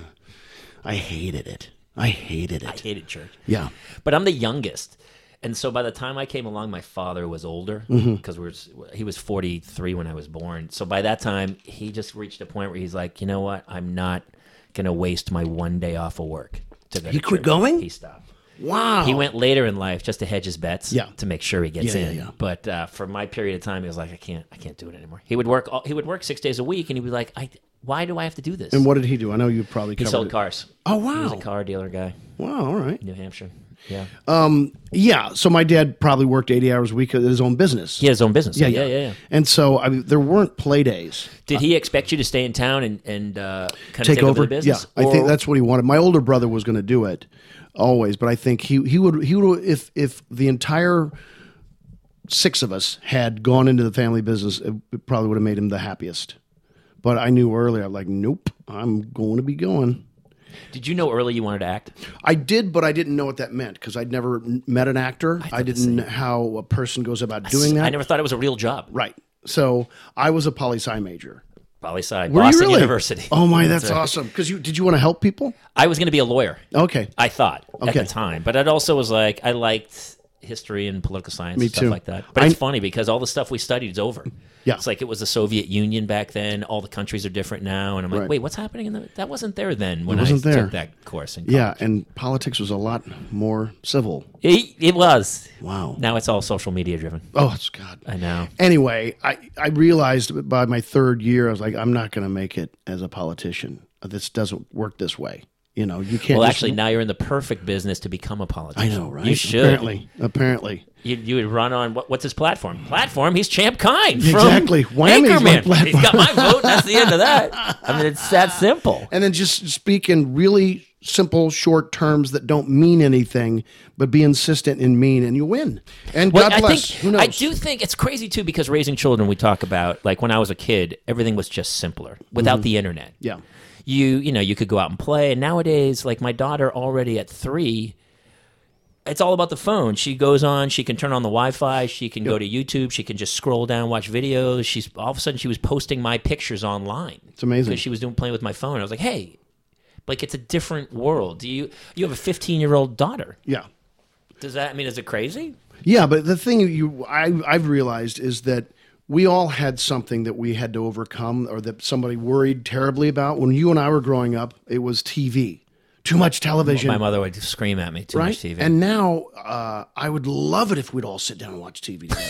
Speaker 2: I hated it. I hated
Speaker 1: I
Speaker 2: it.
Speaker 1: hated church.
Speaker 2: Yeah.
Speaker 1: But I'm the youngest. And so by the time I came along, my father was older
Speaker 2: Mm-hmm.
Speaker 1: because we're he was 43 when I was born. So by that time, he just reached a point where he's like, you know what? I'm not going to waste my one day off of work to go. He
Speaker 2: quit going?
Speaker 1: He stopped.
Speaker 2: Wow.
Speaker 1: He went later in life just to hedge his bets,
Speaker 2: Yeah.
Speaker 1: to make sure he gets
Speaker 2: Yeah, yeah,
Speaker 1: in.
Speaker 2: yeah.
Speaker 1: But uh, for my period of time, he was like, I can't, I can't do it anymore. He would work, all, he would work six days a week, and he'd be like, I, why do I have to do this?
Speaker 2: and what did he do? I know you probably
Speaker 1: he
Speaker 2: covered
Speaker 1: sold
Speaker 2: it.
Speaker 1: cars.
Speaker 2: Oh
Speaker 1: He was
Speaker 2: wow!
Speaker 1: a car dealer guy,
Speaker 2: Wow. All right.
Speaker 1: New Hampshire. Yeah,
Speaker 2: Uh, Yeah, so my dad probably worked 80 hours a week at his own business.
Speaker 1: he had his own business. Yeah, yeah, yeah. yeah.
Speaker 2: And so I mean, there weren't play days.
Speaker 1: Did he expect you to stay in town and and uh, kind
Speaker 2: Take,
Speaker 1: of take
Speaker 2: over.
Speaker 1: the business?
Speaker 2: Yeah, I think
Speaker 1: Or-
Speaker 2: that's what he wanted. My older brother was going to do it always, but I think he he would he would if if the entire six of us had gone into the family business, it probably would have made him the happiest. But I knew early. I'm like, nope, I'm going to be going.
Speaker 1: Did you know early you wanted to act?
Speaker 2: I did, but I didn't know what that meant because I'd never n- met an actor. I, didn't know how a person goes about doing that.
Speaker 1: I never thought it was a real job.
Speaker 2: right. So I was a poli sci major.
Speaker 1: Poli sci,
Speaker 2: Were you
Speaker 1: Boston
Speaker 2: really?
Speaker 1: University.
Speaker 2: Oh my, that's, awesome. Because you did you want to help people?
Speaker 1: I was going to be a lawyer.
Speaker 2: Okay.
Speaker 1: I thought at
Speaker 2: Okay.
Speaker 1: the time, but it also was like I liked history and political science and stuff
Speaker 2: too.
Speaker 1: like that. But it's funny because all the stuff we studied is over.
Speaker 2: Yeah.
Speaker 1: it's like it was the Soviet Union back then. All the countries are different now, and I'm like, wait, what's happening? In the, that wasn't there then when
Speaker 2: wasn't
Speaker 1: I
Speaker 2: there.
Speaker 1: took that course. In
Speaker 2: Yeah, and politics was a lot more civil.
Speaker 1: it, it was.
Speaker 2: Wow.
Speaker 1: Now it's all social media driven.
Speaker 2: Oh, it's God.
Speaker 1: I know.
Speaker 2: Anyway, I, I realized by my third year, I was like, I'm not going to make it as a politician. This doesn't work this way. You know, you can't.
Speaker 1: Well,
Speaker 2: just-
Speaker 1: actually, now you're in the perfect business to become a
Speaker 2: I
Speaker 1: politician.
Speaker 2: know, right?
Speaker 1: You should.
Speaker 2: Apparently, apparently.
Speaker 1: You, you would run on what, what's his platform? Platform? He's Champ Kine. From
Speaker 2: Exactly. Whammy's my
Speaker 1: Anchorman.
Speaker 2: platform.
Speaker 1: He's got my vote. That's the end of that. I mean, it's that simple.
Speaker 2: And then just speak in really simple, short terms that don't mean anything, but be insistent and mean, and you win. And
Speaker 1: Well,
Speaker 2: God
Speaker 1: I
Speaker 2: bless. Who
Speaker 1: think
Speaker 2: knows?
Speaker 1: I do think it's crazy too because raising children we talk about like when I was a kid everything was just simpler
Speaker 2: Mm-hmm.
Speaker 1: without the internet.
Speaker 2: Yeah.
Speaker 1: You you know you could go out and play and nowadays like my daughter already at 3 it's all about the phone. She goes on, she can turn on the Wi-Fi, she can go to YouTube, she can just scroll down, watch videos. She's all of a sudden she was posting my pictures online. It's
Speaker 2: amazing.
Speaker 1: Because she was doing playing with my phone. I was like, "Hey, like it's a different world. Do you you have a 15-year-old daughter?
Speaker 2: Yeah.
Speaker 1: Does that I mean is it crazy?"
Speaker 2: Yeah, but the thing you I, I've realized is that we all had something that we had to overcome or that somebody worried terribly about. When you and I were growing up, it was TV, too much television,
Speaker 1: My mother would scream at me too
Speaker 2: right?
Speaker 1: much TV.
Speaker 2: And now uh, I would love it if we'd all sit down and watch TV together.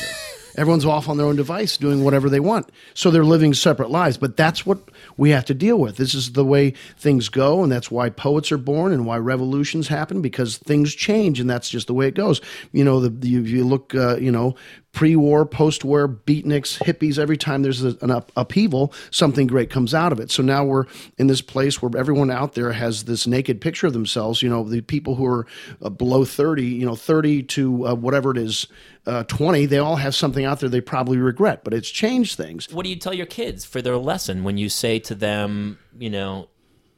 Speaker 2: Everyone's off on their own device doing whatever they want. So they're living separate lives. But that's what we have to deal with. This is the way things go. And that's why poets are born and why revolutions happen because things change. And that's just the way it goes. You know, the, the, you, you look, uh, you know, pre war, post war, beatniks, hippies, every time there's a, an up, upheaval, something great comes out of it. So now we're in this place where everyone out there has this naked picture of themselves. You know, the people who are uh, below 30, you know, 30 to uh, whatever it is, uh, 20, they all have something out there they probably regret, but it's changed things.
Speaker 1: what do you tell your kids for their lesson when you say to them, you know,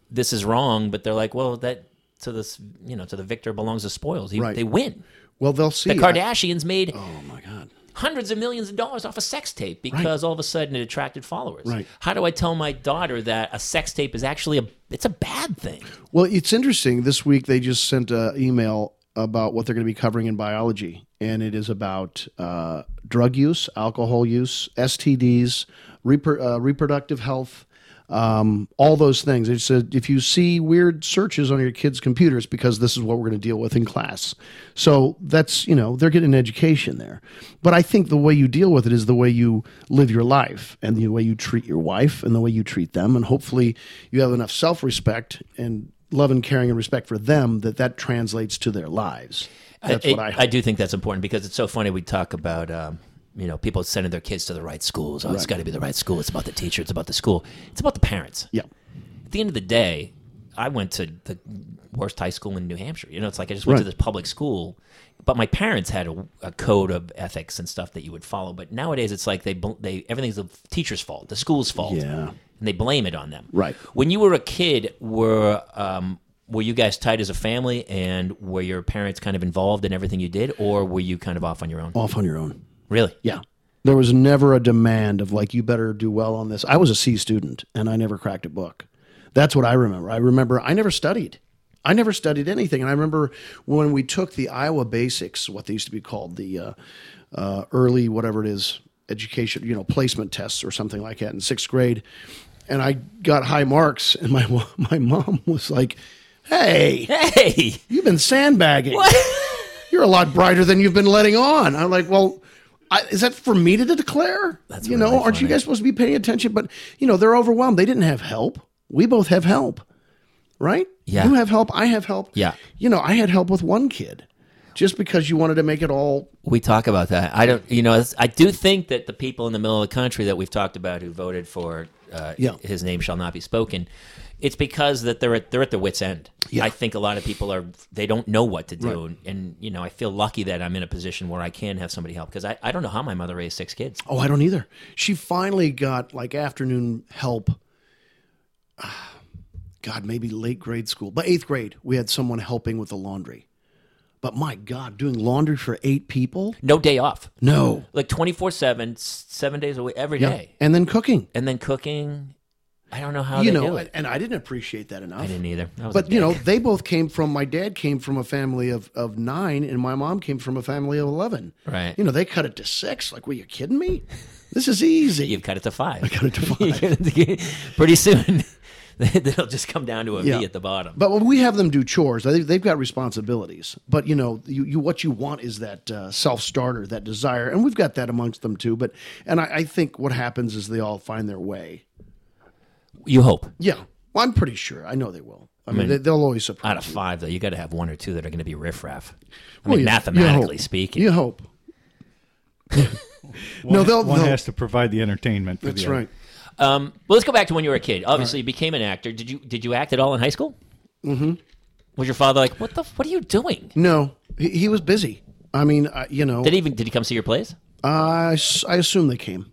Speaker 1: this is wrong, but they're like, well, that to this, you know, to the victor belongs the spoils. He,
Speaker 2: Right.
Speaker 1: They win.
Speaker 2: Well, they'll see.
Speaker 1: The
Speaker 2: I-
Speaker 1: Kardashians made
Speaker 2: oh, my God.
Speaker 1: hundreds of millions of dollars off a sex tape because all of a sudden it attracted followers.
Speaker 2: Right.
Speaker 1: How do I tell my daughter that a sex tape is actually a it's a bad thing?
Speaker 2: Well, it's interesting. This week they just sent an email about what they're going to be covering in biology, and it is about uh, drug use, alcohol use, STDs, repro- uh, reproductive health, um, all those things. It said if you see weird searches on your kids' computers, because this is what we're going to deal with in class. So that's you know they're getting an education there. But I think the way you deal with it is the way you live your life and the way you treat your wife and the way you treat them, and hopefully you have enough self respect and love and caring and respect for them that that translates to their lives. That's
Speaker 1: It-
Speaker 2: what I hope.
Speaker 1: do think that's important because it's so funny. We talk about um, you know people sending their kids to the right schools. Oh, it's got to be the right school. It's about the teacher. It's about the school. It's about the parents.
Speaker 2: yeah.
Speaker 1: at the end of the day, I went to the worst high school in New Hampshire. You know, it's like I just went to
Speaker 2: Right.
Speaker 1: this public school, but my parents had a, a code of ethics and stuff that you would follow. But nowadays, it's like they bl- they everything's the teacher's fault, the school's fault,
Speaker 2: Yeah.
Speaker 1: and they blame it on them.
Speaker 2: Right.
Speaker 1: When you were a kid, were um, were you guys tight as a family, and were your parents kind of involved in everything you did, or were you kind of off on your own?
Speaker 2: Off on your own.
Speaker 1: Really?
Speaker 2: Yeah. There was never a demand of like you better do well on this. I was a C student and I never cracked a book. That's what I remember. I remember I never studied. I never studied anything. And I remember when we took the Iowa basics, what they used to be called, the uh, uh, early whatever it is education, you know, placement tests or something like that in sixth grade. And I got high marks, and my wa- my mom was like, "Hey,
Speaker 1: Hey,
Speaker 2: You've been sandbagging. You're a lot brighter than you've been letting on. I'm like, well, I, is that for me to declare? That's you know,
Speaker 1: really
Speaker 2: aren't you
Speaker 1: funny.
Speaker 2: guys supposed to be paying attention? But you know, they're overwhelmed. They didn't have help. We both have help, right?
Speaker 1: Yeah.
Speaker 2: You have help. I have help.
Speaker 1: Yeah.
Speaker 2: You know, I had help with one kid, just because you wanted to make it all
Speaker 1: we talk about that. I don't, you know, it's- I do think that the people in the middle of the country that we've talked about who voted for uh,
Speaker 2: Yeah.
Speaker 1: his name shall not be spoken, it's because that they're at, they're at their wits end. I think a lot of people are they don't know what to do, and, and you know, I feel lucky that I'm in a position where I can have somebody help because I, I don't know how my mother raised six kids.
Speaker 2: Oh, I don't either. She finally got like afternoon help God, maybe late grade school, but eighth grade, we had someone helping with the laundry. But my God, doing laundry for eight people?
Speaker 1: No day off.
Speaker 2: No.
Speaker 1: Like 24 7, seven days a week, every day,
Speaker 2: Yeah. And then cooking.
Speaker 1: And then cooking. I don't know how
Speaker 2: you
Speaker 1: they
Speaker 2: know,
Speaker 1: do
Speaker 2: and,
Speaker 1: it.
Speaker 2: and I didn't appreciate that enough.
Speaker 1: I didn't either. I was a
Speaker 2: But you know,
Speaker 1: dick.
Speaker 2: they both came from my dad came from a family of, of nine, and my mom came from a family of eleven.
Speaker 1: Right.
Speaker 2: You know, they cut it to six. Like, were you kidding me? This is easy.
Speaker 1: you've cut it to five.
Speaker 2: cut it to five.
Speaker 1: Pretty soon, it'll just come down to a V
Speaker 2: Yeah.
Speaker 1: at the bottom.
Speaker 2: But when we have them do chores, they, they've got responsibilities. But you know, you, you what you want is that uh, self starter, that desire, and we've got that amongst them too. But and I, I think what happens is they all find their way.
Speaker 1: you hope.
Speaker 2: Yeah, well, I'm pretty sure. I know they will. I mean, they, they'll always surprise.
Speaker 1: Out of five, though, you got to have one or two that are going to be riffraff. I
Speaker 2: Well,
Speaker 1: mean,
Speaker 2: you- you
Speaker 1: mathematically
Speaker 2: hope.
Speaker 1: speaking.
Speaker 2: You hope. no, they'll.
Speaker 3: One
Speaker 2: they'll
Speaker 3: has to provide the entertainment. For
Speaker 2: that's
Speaker 3: the other.
Speaker 2: right.
Speaker 1: Um, well, let's go back to when you were a kid. Obviously, you became an actor. Did you did you act at all in high school? Mm-hmm. Was your father like, what the? f- What are you doing?
Speaker 2: No, he, he was busy. I mean, I, you know,
Speaker 1: Did he even did he come see your plays?
Speaker 2: I, s- I assume they came.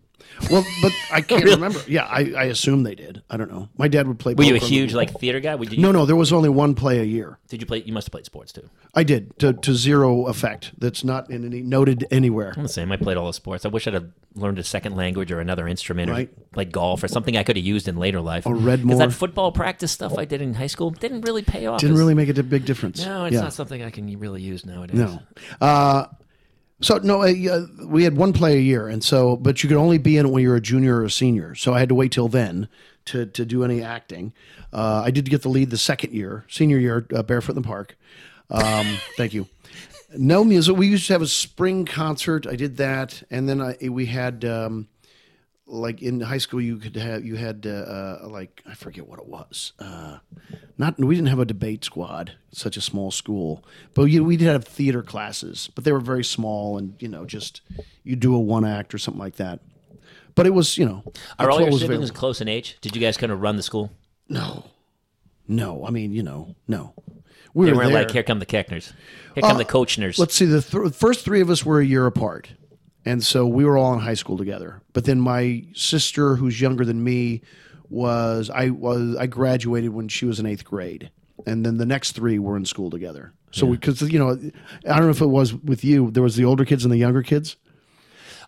Speaker 2: Well, but I can't remember. Yeah, I, I assume they did. I don't know. My dad would play.
Speaker 1: Were you a huge like theater guy? Would you,
Speaker 2: Oh, No, no, there was only one play a year.
Speaker 1: Did you play? You must have played sports too.
Speaker 2: I did to, to zero effect. That's not in any noted anywhere.
Speaker 1: I'm the same. I played all the sports. I wish I'd have learned a second language or another instrument, or
Speaker 2: Right.
Speaker 1: like golf or something I could have used in later life. Or
Speaker 2: read more.
Speaker 1: that football practice stuff I did in high school didn't really pay off.
Speaker 2: Didn't
Speaker 1: It's-
Speaker 2: really make a big difference.
Speaker 1: No, it's
Speaker 2: Yeah.
Speaker 1: not something I can really use nowadays.
Speaker 2: No. Uh, so no, uh, yeah, we had one play a year, and so but you could only be in it when you were a junior or a senior. So I had to wait till then to to do any acting. Uh, I did get the lead the second year, senior year, uh, barefoot in the park. Um, thank you. No music. We used to have a spring concert. I did that, and then I we had. Um, like in high school, you could have you had uh, uh, like I forget what it was. Uh, not we didn't have a debate squad, such a small school, but you, we did have theater classes, but they were very small and you know just you do a one act or something like that. But it was you know
Speaker 1: Are
Speaker 2: that's
Speaker 1: all
Speaker 2: what
Speaker 1: your
Speaker 2: was
Speaker 1: siblings
Speaker 2: available.
Speaker 1: close in age? Did you guys kind of run the school?
Speaker 2: No, no. I mean you know no. We
Speaker 1: They
Speaker 2: were
Speaker 1: weren't
Speaker 2: there. Uh,
Speaker 1: like, here come the Keckners. Here come the Kochners.
Speaker 2: Let's see. The th- first three of us were a year apart, and so we were all in high school together. But then my sister, who's younger than me, was I was I graduated when she was in eighth grade, and then the next three were in school together. So because you know, I don't know if it was with you. There was the older kids and the younger kids.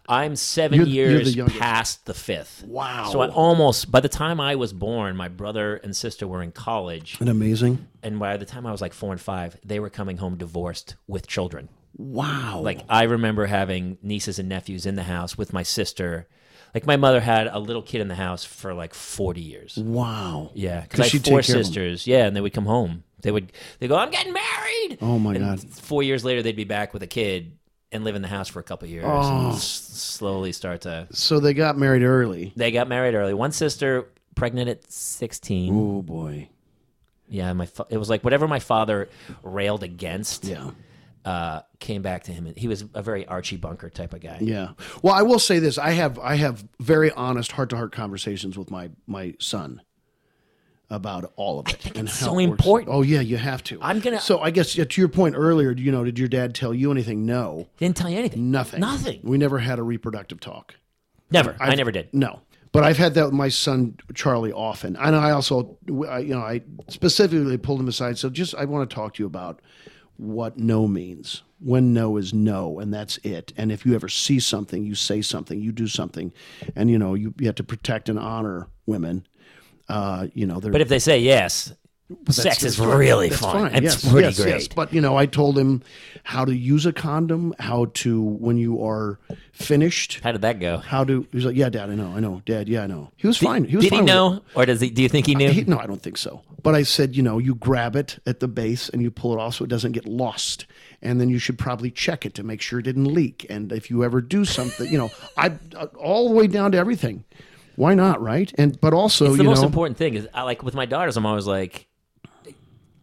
Speaker 1: I'm 7
Speaker 2: You're- you're the
Speaker 1: years
Speaker 2: youngest.
Speaker 1: past the fifth.
Speaker 2: Wow.
Speaker 1: So I almost, by the time I was born, my brother and sister were in college.
Speaker 2: Isn't that amazing?
Speaker 1: And by the time I was like four and five, they were coming home divorced with children.
Speaker 2: Wow.
Speaker 1: Like I remember having nieces and nephews in the house with my sister. Like my mother had a little kid in the house for like 40 years.
Speaker 2: wow.
Speaker 1: Yeah, because
Speaker 2: 'Cause
Speaker 1: I had
Speaker 2: she'd
Speaker 1: four
Speaker 2: take care of 'em.
Speaker 1: sisters. Yeah, and they would come home. They would they go, I'm getting married.
Speaker 2: Oh, my
Speaker 1: And
Speaker 2: God.
Speaker 1: Four years later, they'd be back with a kid and live in the house for a couple years.
Speaker 2: Oh.
Speaker 1: And s- slowly start to.
Speaker 2: So they got married early.
Speaker 1: They got married early. One sister pregnant at 16.
Speaker 2: Oh boy.
Speaker 1: Yeah, my fa- it was like whatever my father railed against.
Speaker 2: Yeah.
Speaker 1: Uh, came back to him. He was a very Archie Bunker type of guy.
Speaker 2: Yeah. Well, I will say this: I have I have very honest heart to heart conversations with my my son about all of it and
Speaker 1: it's
Speaker 2: how
Speaker 1: so
Speaker 2: it works.
Speaker 1: important.
Speaker 2: Oh yeah, you have to.
Speaker 1: I'm gonna-
Speaker 2: So I guess yeah, to your point earlier, you know, did your dad tell you anything? No,
Speaker 1: Didn't tell you anything.
Speaker 2: nothing.
Speaker 1: Nothing.
Speaker 2: We never had a reproductive talk.
Speaker 1: Never. i never did.
Speaker 2: No. But I've had that with my son Charlie often, and I also, I, you know, I specifically pulled him aside. So just, I want to talk to you about what no means. When no is no, and that's it. And if you ever see something, you say something, you do something, and you know, you, you have to protect and honor women. Uh, you know, they're
Speaker 1: But if they say yes, sex is really
Speaker 2: that's
Speaker 1: fun.
Speaker 2: fine.
Speaker 1: It's
Speaker 2: yes,
Speaker 1: pretty
Speaker 2: yes,
Speaker 1: great.
Speaker 2: yes. But you know, I told him how to use a condom, how to when you are finished,
Speaker 1: How did that go?
Speaker 2: how to he was like yeah dad i know i know dad yeah i know he was fine he was
Speaker 1: Did
Speaker 2: fine
Speaker 1: he
Speaker 2: with
Speaker 1: know, or does he? Do you think he knew?
Speaker 2: it. He- no i don't think so but i said you know you grab it at the base and you pull it off so it doesn't get lost and then you should probably check it to make sure it didn't leak and if you ever do something you know i all the way down to everything why not right and but also
Speaker 1: It's the
Speaker 2: oh, you
Speaker 1: most
Speaker 2: know
Speaker 1: important thing is I, like with my daughters, I'm always like,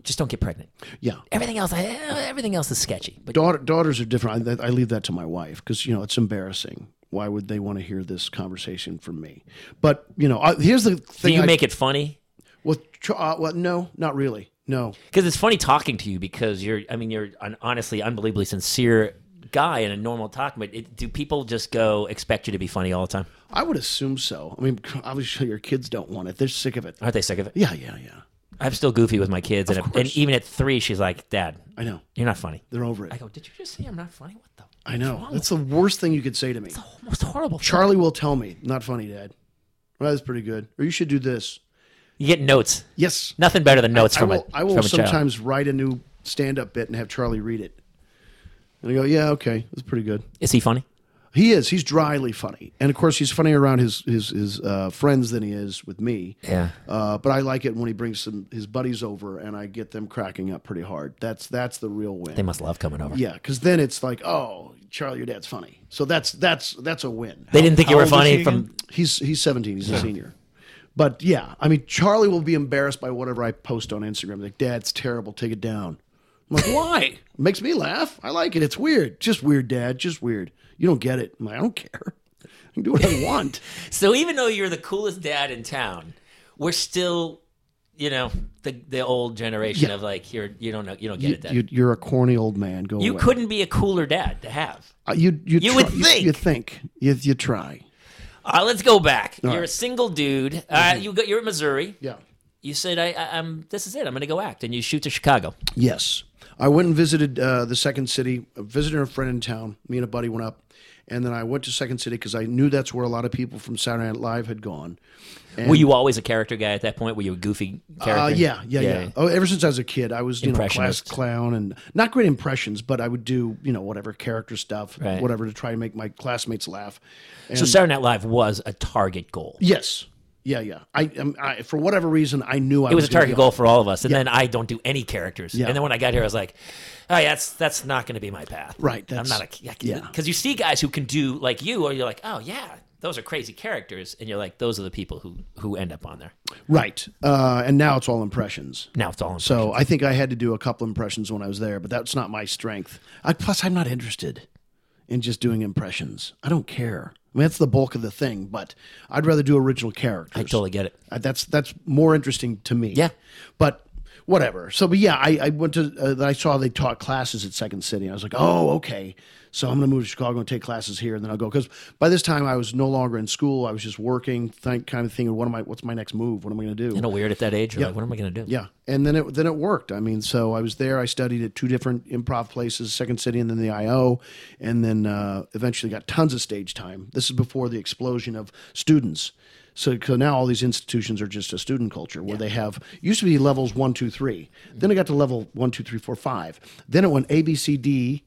Speaker 1: just don't get pregnant.
Speaker 2: yeah
Speaker 1: Everything else, I, everything else is sketchy. But
Speaker 2: Daughter, daughters are different. I, I leave that to my wife because you know it's embarrassing. Why would they want to hear this conversation from me? But you know, I, here's the
Speaker 1: do
Speaker 2: thing.
Speaker 1: you
Speaker 2: I,
Speaker 1: make it funny?
Speaker 2: well, tr- uh, well, no, not really. No,
Speaker 1: Because it's funny talking to you because you're, I mean, you're an honestly, unbelievably sincere guy in a normal talk, but it, do people just go expect you to be funny all the time?
Speaker 2: I would assume so. I mean, obviously your kids don't want it; they're sick of it.
Speaker 1: Aren't they sick of it?
Speaker 2: Yeah, yeah, yeah.
Speaker 1: I'm still goofy with my kids, and, if- and even at three, she's like, "Dad,
Speaker 2: I know.
Speaker 1: you're not funny."
Speaker 2: They're over it.
Speaker 1: I go, "Did you just say I'm not funny? What the?
Speaker 2: I know.
Speaker 1: wrong
Speaker 2: That's the worst thing you could say to me.
Speaker 1: It's the most horrible." thing."
Speaker 2: Charlie will tell me, "Not funny, Dad." Well, that's pretty good. Or you should do this.
Speaker 1: You get notes.
Speaker 2: Yes.
Speaker 1: Nothing better than notes
Speaker 2: I
Speaker 1: from
Speaker 2: will.
Speaker 1: a
Speaker 2: I will
Speaker 1: from a child.
Speaker 2: sometimes write a new stand-up bit and have Charlie read it, and I go, "Yeah, okay, that's pretty good."
Speaker 1: Is he funny?
Speaker 2: He is. He's dryly funny, and of course, he's funnier around his his his uh, friends than he is with me.
Speaker 1: Yeah.
Speaker 2: Uh, but I like it when he brings some his buddies over, and I get them cracking up pretty hard. That's that's the real win.
Speaker 1: They must love coming over.
Speaker 2: yeah, because then it's like, oh, Charlie, your dad's funny. So that's that's that's a win.
Speaker 1: They didn't think you
Speaker 3: How
Speaker 1: were
Speaker 3: old is
Speaker 1: funny
Speaker 3: he
Speaker 1: from.
Speaker 3: again?
Speaker 2: He's he's 17. He's a senior. But yeah, I mean, Charlie will be embarrassed by whatever I post on Instagram. Like, Dad, it's terrible. Take it down. I'm like, why? It makes me laugh. I like it. It's weird. Just weird, Dad. Just weird. You don't get it. I'm like, I don't care. I can do what I want.
Speaker 1: So even though you're the coolest dad in town, we're still, you know, the the old generation of like you're you don't know you don't get
Speaker 2: you,
Speaker 1: it. Dad. You,
Speaker 2: you, you're a corny old man. Go away.
Speaker 1: couldn't be a cooler dad to have.
Speaker 2: Uh, you you,
Speaker 1: You
Speaker 2: try-
Speaker 1: would
Speaker 2: you,
Speaker 1: think.
Speaker 2: you think you, you try.
Speaker 1: All right, let's go back. you're
Speaker 2: right. Mm-hmm.
Speaker 1: a single dude. All right, you got, you're in Missouri.
Speaker 2: Yeah.
Speaker 1: You said I, I I'm this is it. I'm going to go act, and you shoot to Chicago.
Speaker 2: Yes. I went and visited uh, the second city, I visited a friend in town. Me and a buddy went up. And then I went to Second City because I knew that's where a lot of people from Saturday Night Live had gone.
Speaker 1: Were you always a character guy at that point? Were you a goofy character?
Speaker 2: Uh, yeah, yeah, yeah, Oh, ever since I was a kid, I was you know class
Speaker 1: Impressionist.
Speaker 2: clown and not great impressions, but I would do you know whatever character stuff,
Speaker 1: Right.
Speaker 2: whatever to try and make my classmates laugh. And
Speaker 1: So Saturday Night Live was a target goal.
Speaker 2: yes, yeah, yeah. I, um, I for whatever reason I knew I
Speaker 1: It was a
Speaker 2: gonna
Speaker 1: target
Speaker 2: be on-
Speaker 1: goal for all of us, and then I don't do any characters. And then when I got here, I was like, "Oh, yeah, that's that's not going to be my path."
Speaker 2: Right,
Speaker 1: I'm
Speaker 2: that's-
Speaker 1: not a
Speaker 2: yeah.
Speaker 1: Because you see guys who can do like you, or you're like, "Oh yeah, those are crazy characters," and you're like, "Those are the people who who end up on there."
Speaker 2: Right, uh, and now it's all impressions.
Speaker 1: Now it's all.
Speaker 2: So I think I had to do a couple impressions when I was there, but that's not my strength. I, plus, I'm not interested in just doing impressions. I don't care. I mean, that's the bulk of the thing, but I'd rather do original characters.
Speaker 1: I totally get it.
Speaker 2: Uh, that's that's more interesting to me.
Speaker 1: Yeah.
Speaker 2: but whatever. So, but yeah, I, I went to uh, I saw they taught classes at Second City. And I was like, oh, okay. So I'm gonna move to Chicago and take classes here, and then I'll go. Because by this time, I was no longer in school. I was just working, think, kind of thinking, what am I? What's my next move? What am I gonna do?
Speaker 1: You know, weird at that age. You're like, "What am I going to do?"
Speaker 2: Yeah, and then it then it worked. I mean, so I was there. I studied at two different improv places, Second City, and then the IO, and then uh, eventually got tons of stage time. This is before the explosion of students. So, 'cause now all these institutions are just a student culture where they have used to be levels one, two, three. Then it got to level one, two, three, four, five. Then it went A, B, C, D.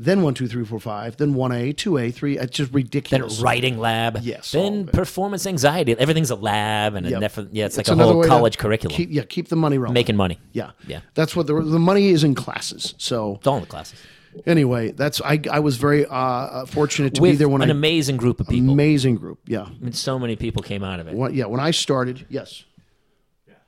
Speaker 2: Then one, two, three, four, five. Then one A, two A, three. It's just ridiculous.
Speaker 1: Writing lab.
Speaker 2: Yes, all
Speaker 1: Then
Speaker 2: of it.
Speaker 1: performance anxiety. Everything's a lab, and a
Speaker 2: Yep.
Speaker 1: nef- yeah, it's like
Speaker 2: It's
Speaker 1: a
Speaker 2: another
Speaker 1: whole
Speaker 2: way to
Speaker 1: college curriculum.
Speaker 2: Keep, yeah, keep the money rolling.
Speaker 1: making money.
Speaker 2: Yeah,
Speaker 1: Yeah.
Speaker 2: That's what the the money is in classes. So
Speaker 1: It's all in the classes.
Speaker 2: anyway, that's I I was very uh, fortunate to be
Speaker 1: With
Speaker 2: there when
Speaker 1: an
Speaker 2: I
Speaker 1: amazing group of people.
Speaker 2: amazing group. Yeah,
Speaker 1: I mean, so many people came out of it.
Speaker 2: When- yeah. When I started, yes,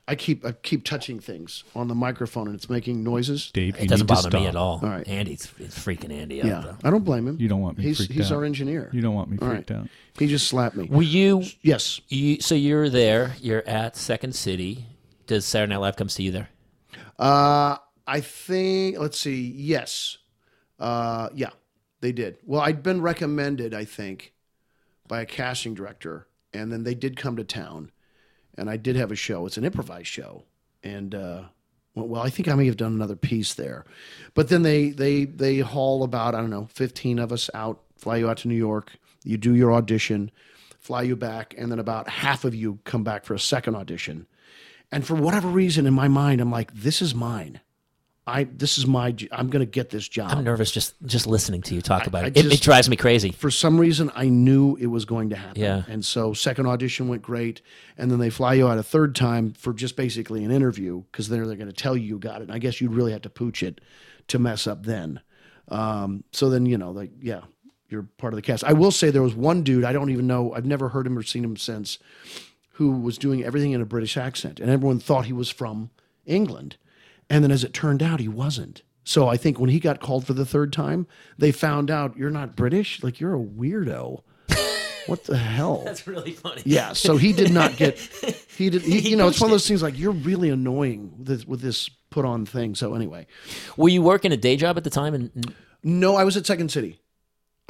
Speaker 2: I keep I keep touching things on the microphone and it's making noises.
Speaker 3: Dave, you
Speaker 1: It doesn't
Speaker 3: need to
Speaker 1: bother
Speaker 3: stop.
Speaker 1: me at all.
Speaker 2: All right.
Speaker 1: Andy's it's freaking Andy out.
Speaker 2: Yeah, I don't blame him.
Speaker 3: You don't want me
Speaker 2: He's
Speaker 3: freaked
Speaker 2: he's
Speaker 3: out.
Speaker 2: our engineer.
Speaker 3: You don't want me
Speaker 2: All
Speaker 3: freaked out.
Speaker 2: He just slapped me.
Speaker 1: Were you,
Speaker 2: Yes,
Speaker 1: you? So you're there. You're at Second City. Does Saturday Night Live come see you there?
Speaker 2: uh, I think let's see. Yes, uh, yeah, they did. Well, I'd been recommended, I think, by a casting director, and then they did come to town. and I did have a show. It's an improvised show, and uh, well, well, I think I may have done another piece there, but then they they they haul about I don't know fifteen of us out, fly you out to New York. You do your audition, fly you back, and then about half of you come back for a second audition. And for whatever reason, in my mind, I'm like, this is mine. I this is my. j- I'm gonna get this job.
Speaker 1: I'm nervous just just listening to you talk about
Speaker 2: I
Speaker 1: it. It- it.
Speaker 2: just-
Speaker 1: drives me crazy.
Speaker 2: for some reason I knew it was going to happen.
Speaker 1: Yeah.
Speaker 2: And so second audition went great. And then they fly you out a third time for just basically an interview because then they're going to tell you you got it. And I guess you'd really have to pooch it to mess up then. Um, so then, you know, like, yeah, you're part of the cast. I will say there was one dude, I don't even know, I've never heard him or seen him since, who was doing everything in a British accent. And everyone thought he was from England. And then as it turned out, he wasn't. So I think when he got called for the third time, they found out you're not British. Like you're a weirdo. what the hell?
Speaker 1: That's really funny.
Speaker 2: yeah. So he did not get. He did. He,
Speaker 1: He
Speaker 2: you know, it's
Speaker 1: pushed
Speaker 2: one of
Speaker 1: it.
Speaker 2: those things like you're really annoying with this, with this put on thing. So anyway,
Speaker 1: Were you working a day job at the time? And, and-
Speaker 2: No, I was at Second City.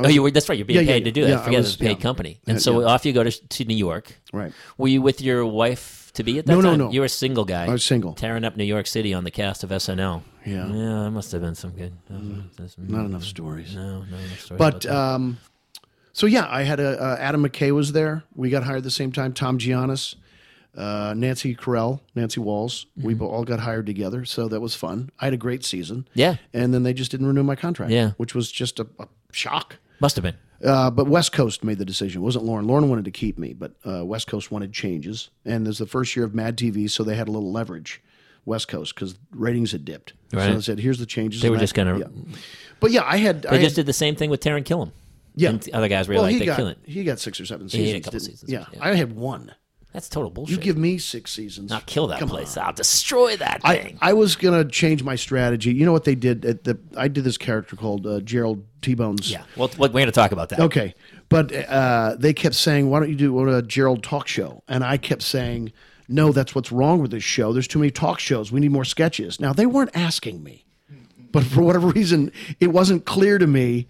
Speaker 1: Oh, you were. That's right. You're being
Speaker 2: Yeah,
Speaker 1: paid
Speaker 2: yeah,
Speaker 1: to
Speaker 2: yeah.
Speaker 1: do that.
Speaker 2: Yeah,
Speaker 1: I
Speaker 2: I
Speaker 1: forget it
Speaker 2: was-
Speaker 1: was a paid
Speaker 2: yeah.
Speaker 1: company. And
Speaker 2: Yeah,
Speaker 1: so
Speaker 2: yeah.
Speaker 1: off you go to, to New York.
Speaker 2: Right.
Speaker 1: Were you with your wife to be at that
Speaker 2: No, no,
Speaker 1: time?
Speaker 2: no.
Speaker 1: You were a single guy.
Speaker 2: I was single.
Speaker 1: Tearing up New York City on the cast of SNL.
Speaker 2: Yeah.
Speaker 1: Yeah, that must have been some good. that's-
Speaker 2: Not enough stories.
Speaker 1: Oh, No, no, no story about
Speaker 2: But
Speaker 1: that.
Speaker 2: um, so yeah, I had a uh, Adam McKay was there. We got hired at the same time. Tom Giannis, uh, Nancy Carell, Nancy Walls. We
Speaker 1: Mm-hmm.
Speaker 2: bo- all got hired together, so that was fun. I had a great season.
Speaker 1: Yeah.
Speaker 2: and then they just didn't renew my contract.
Speaker 1: Yeah.
Speaker 2: which was just a, a shock.
Speaker 1: must have been.
Speaker 2: Uh, but West Coast made the decision. It wasn't Lauren. Lauren wanted to keep me, but uh, West Coast wanted changes. And there's the first year of Mad TV, so they had a little leverage. West Coast because ratings had dipped.
Speaker 1: Right.
Speaker 2: So they said, "Here's the changes."
Speaker 1: They were
Speaker 2: And I-
Speaker 1: just gonna-
Speaker 2: yeah. But yeah, I had. I
Speaker 1: They
Speaker 2: had-
Speaker 1: just did the same thing with Taron Killam.
Speaker 2: Yeah.
Speaker 1: And the other guys were
Speaker 2: well,
Speaker 1: like,
Speaker 2: he
Speaker 1: they
Speaker 2: got
Speaker 1: kill it.
Speaker 2: he got six or seven
Speaker 1: he
Speaker 2: seasons.
Speaker 1: had a couple
Speaker 2: didn't-
Speaker 1: seasons,
Speaker 2: Yeah,
Speaker 1: yeah.
Speaker 2: I had one.
Speaker 1: That's total bullshit.
Speaker 2: You give me six seasons,
Speaker 1: I'll kill that
Speaker 2: Come
Speaker 1: place.
Speaker 2: on.
Speaker 1: I'll destroy that
Speaker 2: I,
Speaker 1: thing.
Speaker 2: I was gonna change my strategy. You know what they did at the? I did this character called uh, Gerald T Bones.
Speaker 1: yeah. Well, we're going to talk about that.
Speaker 2: Okay, but uh, they kept saying, "Why don't you do a Gerald talk show?" And I kept saying, "No, that's what's wrong with this show. There's too many talk shows. We need more sketches." Now they weren't asking me, but for whatever reason, it wasn't clear to me.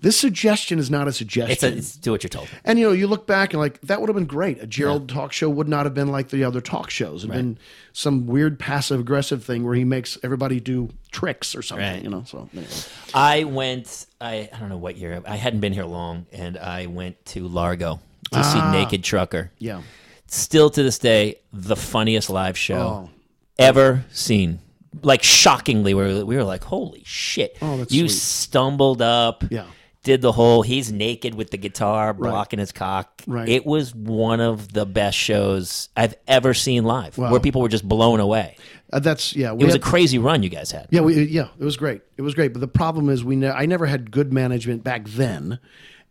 Speaker 2: This suggestion is not a suggestion.
Speaker 1: It's, a, it's do what you're told.
Speaker 2: And you know, you look back and like that would have been great. A Gerald talk show would not have been like the other talk shows. It'd been some weird passive aggressive thing where he makes everybody do tricks or something.
Speaker 1: Right.
Speaker 2: You know, so anyway.
Speaker 1: I went. I, I don't know what year. I hadn't been here long, and I went to Largo to
Speaker 2: Ah.
Speaker 1: see Naked Trucker.
Speaker 2: yeah.
Speaker 1: Still to this day, the funniest live show
Speaker 2: Oh.
Speaker 1: ever seen. Like shockingly, we were, we were like, "Holy shit!"
Speaker 2: Oh, that's
Speaker 1: you
Speaker 2: sweet.
Speaker 1: stumbled up.
Speaker 2: Yeah.
Speaker 1: Did the whole he's naked with the guitar blocking his cock.
Speaker 2: Right.
Speaker 1: It was one of the best shows I've ever seen live, where people were just blown away.
Speaker 2: Uh, that's yeah.
Speaker 1: It
Speaker 2: We
Speaker 1: was
Speaker 2: had-
Speaker 1: a crazy run you guys had.
Speaker 2: yeah, we, yeah, it was great. It was great, but the problem is we ne- I never had good management back then,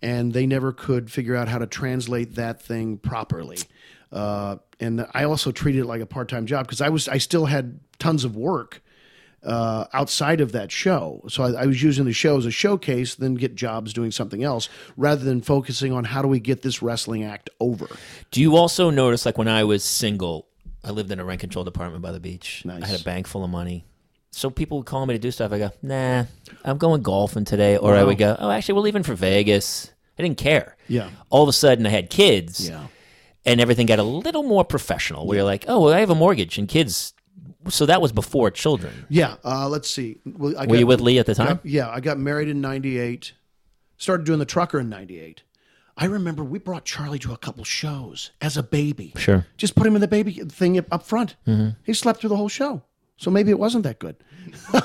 Speaker 2: and they never could figure out how to translate that thing properly. Uh, and I also treated it like a part time job because I was I still had tons of work. uh, outside of that show. So I, I was using the show as a showcase, then get jobs doing something else rather than focusing on how do we get this wrestling act over.
Speaker 1: Do you also notice, like when I was single, I lived in a rent controlled apartment by the beach. I had a bank full of money. So people would call me to do stuff. I go, nah, I'm going golfing today. Or I would go, oh, actually, we're leaving for Vegas. I didn't care.
Speaker 2: Yeah.
Speaker 1: All of a sudden, I had kids.
Speaker 2: Yeah.
Speaker 1: And everything got a little more professional where you're like, oh, well, I have a mortgage and kids. So that was before children.
Speaker 2: Yeah. Uh, let's see. Well, I
Speaker 1: Were
Speaker 2: got-
Speaker 1: you with Lee at the time?
Speaker 2: Yeah. I got married in 98, started doing the trucker in 98. I remember we brought Charlie to a couple shows as a baby.
Speaker 1: Sure. Mm-hmm.
Speaker 2: Just put him in the baby thing up- up front. He slept through the whole show. So maybe it wasn't that good.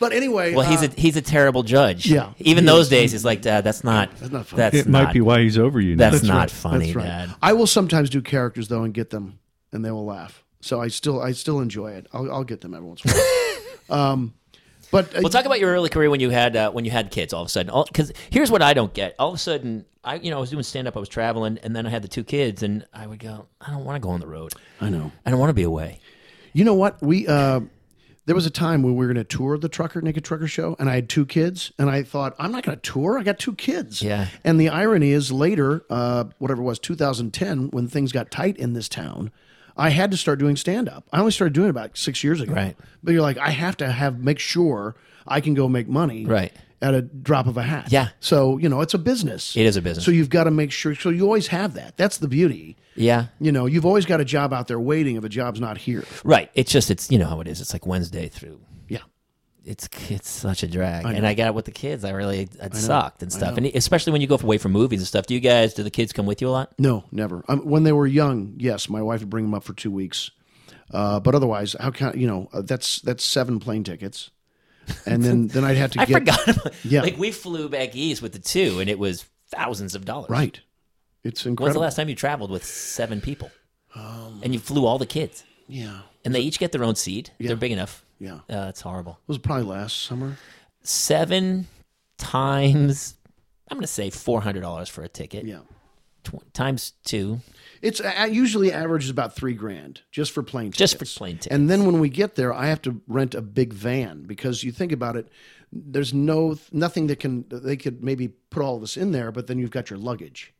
Speaker 2: but anyway.
Speaker 1: Well,
Speaker 2: uh,
Speaker 1: he's a he's a terrible judge.
Speaker 2: Yeah.
Speaker 1: Even those days, he's like, Dad, that's not that's
Speaker 2: not funny.
Speaker 3: It might be why he's over you now.
Speaker 1: that's, not funny,
Speaker 2: That's uh, right.
Speaker 1: Dad.
Speaker 2: I will sometimes do characters though and get them, and they will laugh. So I still I still enjoy it. I'll, I'll get them every once in a while. um, but uh,
Speaker 1: Well, talk about your early career when you had uh, when you had kids. All of a sudden, because here's what I don't get. All of a sudden, I you know I was doing stand up, I was traveling, and then I had the two kids, and I would go, I don't want to go on the road.
Speaker 2: I know.
Speaker 1: I don't want to be away.
Speaker 2: You know what? We uh, there was a time when we were going to tour the Trucker Naked Trucker show, and I had two kids, and I thought I'm not going to tour. I got two kids.
Speaker 1: Yeah.
Speaker 2: And the irony is, later, uh, whatever it was 2010, when things got tight in this town. I had to start doing stand up. I only started doing it about six years ago.
Speaker 1: Right.
Speaker 2: But you're like, I have to have make sure I can go make money.
Speaker 1: Right.
Speaker 2: At a drop of a hat.
Speaker 1: Yeah.
Speaker 2: So, you know, it's a business.
Speaker 1: It is a business.
Speaker 2: So you've got to make sure so you always have that. That's the beauty.
Speaker 1: Yeah,
Speaker 2: You know, you've always got a job out there waiting if a job's not here.
Speaker 1: right. It's just it's you know how it is. It's like Wednesday through.
Speaker 2: Yeah.
Speaker 1: It's it's such a drag, and I got with the kids. I really it sucked and stuff,
Speaker 2: know.
Speaker 1: and e, especially when you go away from movies and stuff. Do you guys do the kids come with you a lot?
Speaker 2: No, never. Um, when they were young, yes, my wife would bring them up for two weeks. Uh, but otherwise, how can you know? Uh, that's that's seven plane tickets, and then then I'd have to
Speaker 1: I
Speaker 2: get
Speaker 1: forgot. About,
Speaker 2: Yeah.
Speaker 1: like we flew back east with the two, and it was thousands of dollars.
Speaker 2: right.
Speaker 1: When's
Speaker 2: It's
Speaker 1: the
Speaker 2: incredible. Um,
Speaker 1: last time you traveled with seven people? and you flew all the kids.
Speaker 2: yeah, it
Speaker 1: And they each get their own seat. They're big enough.
Speaker 2: Yeah.
Speaker 1: Uh, it's horrible.
Speaker 2: was probably last summer.
Speaker 1: Seven times, I'm going to say $400 for a ticket.
Speaker 2: Yeah,
Speaker 1: Tw- times two.
Speaker 2: it's uh, usually averages about three grand just for plane tickets.
Speaker 1: Just for plane tickets.
Speaker 2: And then when we get there, I have to rent a big van because you think about it, there's no nothing that can they could maybe put all this in there, but then you've got your luggage.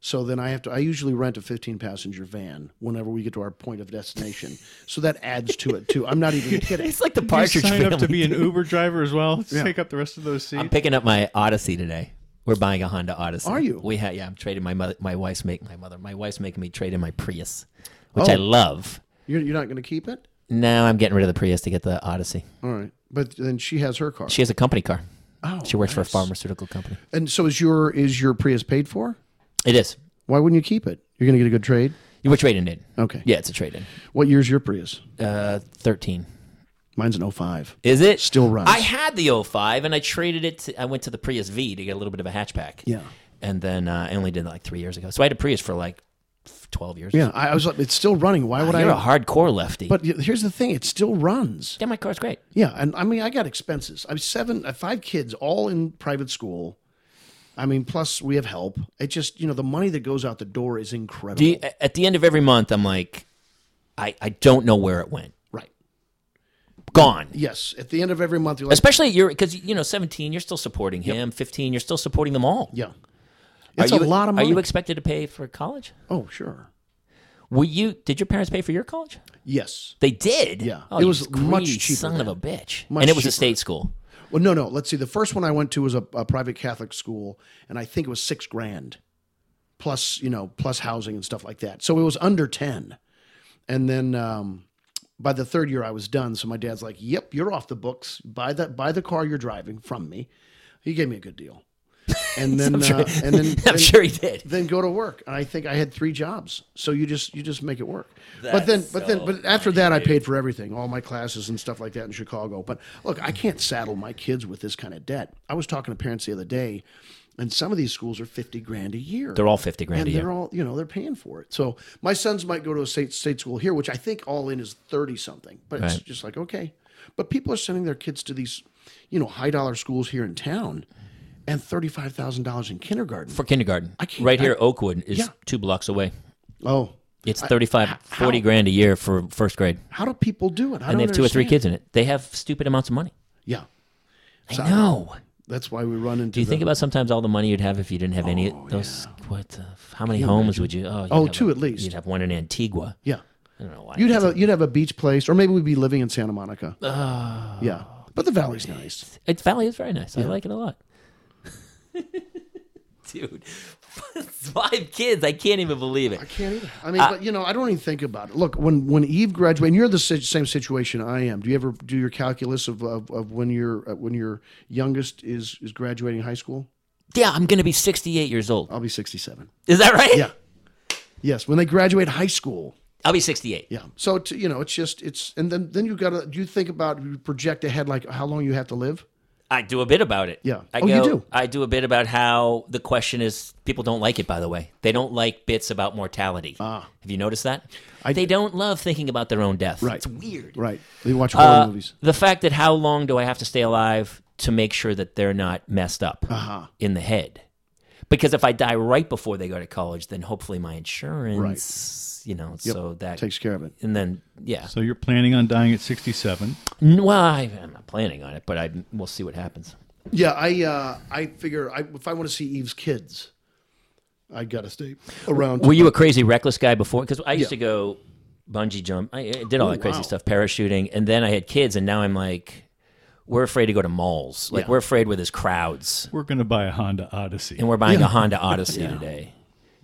Speaker 2: So then I have to. I usually rent a 15 passenger van whenever we get to our point of destination. so that adds to it too. I'm not even kidding.
Speaker 1: It's like the
Speaker 3: You
Speaker 1: Partridge
Speaker 3: sign up to
Speaker 1: Family.
Speaker 3: be an Uber driver as well. Let's
Speaker 2: Yeah.
Speaker 3: Take up the rest of those
Speaker 1: I'm
Speaker 3: seats.
Speaker 1: picking up my Odyssey today. We're buying a Honda Odyssey.
Speaker 2: Are you?
Speaker 1: We ha- yeah. I'm trading my mother. My wife's making my mother. My wife's making me trade in my Prius, which I
Speaker 2: Oh.
Speaker 1: love.
Speaker 2: You're, you're not going to keep it.
Speaker 1: Now I'm getting rid of the Prius to get the Odyssey.
Speaker 2: All right, but then she has her car.
Speaker 1: She has a company car.
Speaker 2: oh,
Speaker 1: She works for a
Speaker 2: nice.
Speaker 1: pharmaceutical company.
Speaker 2: And so is your is your Prius paid for?
Speaker 1: It is.
Speaker 2: Why wouldn't you keep it? You're going to get a good trade.
Speaker 1: You were trading in.
Speaker 2: Okay.
Speaker 1: Yeah, it's a trade in.
Speaker 2: What year's your Prius?
Speaker 1: Uh, 13.
Speaker 2: Mine's an 05.
Speaker 1: Is it?
Speaker 2: Still runs.
Speaker 1: I had the 05 and I traded it. To, I went to the Prius V to get a little bit of a hatchback.
Speaker 2: Yeah.
Speaker 1: And then uh, I only did that like three years ago. So I had a Prius for like 12 years.
Speaker 2: Yeah, I, I was like, it's still running. Why would
Speaker 1: You're a
Speaker 2: I?
Speaker 1: hardcore lefty.
Speaker 2: But y- here's the thing: it still runs.
Speaker 1: yeah, my car's great.
Speaker 2: Yeah, and I mean, I got expenses. I'm seven, I have five kids, all in private school. I mean, plus we have help. It just, you know, the money that goes out the door is incredible.
Speaker 1: Do you- at the end of every month, I'm like, I, I don't know where it went.
Speaker 2: right.
Speaker 1: Gone.
Speaker 2: Yes. At the end of every month, you're like,
Speaker 1: Especially you're because you know 17, you're still supporting him. 15, you're still supporting them all.
Speaker 2: yeah,
Speaker 1: Are
Speaker 2: it's
Speaker 1: you,
Speaker 2: a lot of money.
Speaker 1: Are you expected to pay for college?
Speaker 2: oh, sure.
Speaker 1: Were you? Did your parents pay for your college?
Speaker 2: Yes.
Speaker 1: They did.
Speaker 2: Yeah.
Speaker 1: Oh,
Speaker 2: It
Speaker 1: you
Speaker 2: was much
Speaker 1: greedy
Speaker 2: cheaper
Speaker 1: Son of
Speaker 2: then.
Speaker 1: a bitch.
Speaker 2: Much
Speaker 1: and it was a
Speaker 2: cheaper.
Speaker 1: state school.
Speaker 2: Well, no, no. Let's see. The first one I went to was a, a private Catholic school, and I think it was six grand, plus you know, plus housing and stuff like that. So it was under ten. And then um, by the third year, I was done. So my dad's like, "Yep, you're off the books. Buy that. Buy the car you're driving from me." He gave me a good deal. And then, uh, and then,
Speaker 1: I'm
Speaker 2: then-
Speaker 1: sure he did.
Speaker 2: then go to work. And I think I had three jobs. So you just you just make it work. but then but then but after that I paid for everything, all my classes and stuff like that in Chicago. But look, I can't saddle my kids with this kind of debt. I was talking to parents the other day, and some of these schools are fifty grand a year.
Speaker 1: They're all 50 grand
Speaker 2: and
Speaker 1: a year.
Speaker 2: they're all you know they're paying for it. So my sons might go to a state state school here, which I think all in is thirty something. But it's
Speaker 1: Right.
Speaker 2: just like okay, but people are sending their kids to these you know high dollar schools here in town, and thirty five thousand dollars in kindergarten.
Speaker 1: for kindergarten.
Speaker 2: I can't-
Speaker 1: right here,
Speaker 2: I-
Speaker 1: Oakwood is
Speaker 2: Yeah.
Speaker 1: two blocks away.
Speaker 2: oh,
Speaker 1: It's 35, 40 grand a year for first grade.
Speaker 2: How do people do it? I
Speaker 1: And
Speaker 2: don't
Speaker 1: they have two or three
Speaker 2: understand.
Speaker 1: kids in it. They have stupid amounts of money.
Speaker 2: Yeah,
Speaker 1: I know.
Speaker 2: that's why we run into.
Speaker 1: Do you
Speaker 2: the,
Speaker 1: think about sometimes all the money you'd have if you didn't have any of those? What? The, how many homes would you? Oh, you'd
Speaker 2: Oh,
Speaker 1: have
Speaker 2: two
Speaker 1: a-
Speaker 2: at least.
Speaker 1: You'd have one in Antigua.
Speaker 2: Yeah,
Speaker 1: I don't know why.
Speaker 2: you'd have a you'd have a beach place, or maybe we'd be living in Santa Monica.
Speaker 1: Oh.
Speaker 2: yeah, but the valley's nice.
Speaker 1: It's Valley is very nice. I like it a lot. Dude, five kids. I can't Uh, even believe it.
Speaker 2: I can't either. I mean, but you know, I don't even think about it. Look, when when Eve graduated, and you're the si- same situation I am. Do you ever do your calculus of of, of when your uh, when your youngest is is graduating high school?
Speaker 1: Yeah, I'm going to be 68 years old.
Speaker 2: I'll be 67.
Speaker 1: Is that right?
Speaker 2: Yeah. Yes, when they graduate high school.
Speaker 1: I'll be 68.
Speaker 2: Yeah. So to, you know, it's just it's and then then you got to you think about you project ahead like how long you have to live.
Speaker 1: I do a bit about it.
Speaker 2: Yeah.
Speaker 1: I
Speaker 2: Oh, you do?
Speaker 1: I do a bit about how the question is people don't like it, by the way. They don't like bits about mortality. Ah. Have you noticed that? they don't love thinking about their own death.
Speaker 2: Right.
Speaker 1: It's weird.
Speaker 2: Right. They watch horror
Speaker 1: Uh,
Speaker 2: movies.
Speaker 1: The fact that how long do I have to stay alive to make sure that they're not messed up
Speaker 2: Uh-huh.
Speaker 1: in the head? Because if I die right before they go to college, then hopefully my insurance, you know, so that
Speaker 2: Takes care of it.
Speaker 1: and then yeah.
Speaker 3: So you're planning on dying at 67.
Speaker 1: N- Well, I, I'm not planning on it, but I we'll see what happens.
Speaker 2: Yeah, I uh, I figure I, if I want to see Eve's kids, I gotta stay around.
Speaker 1: Were you a crazy reckless guy before? Because I used
Speaker 2: Yeah.
Speaker 1: to go bungee jump. I, I did all that crazy
Speaker 2: wow.
Speaker 1: stuff, parachuting, and then I had kids, and now I'm like, we're afraid to go to malls. Like we're afraid where there's crowds,
Speaker 3: We're going to buy a Honda Odyssey.
Speaker 1: and we're buying a Honda Odyssey today.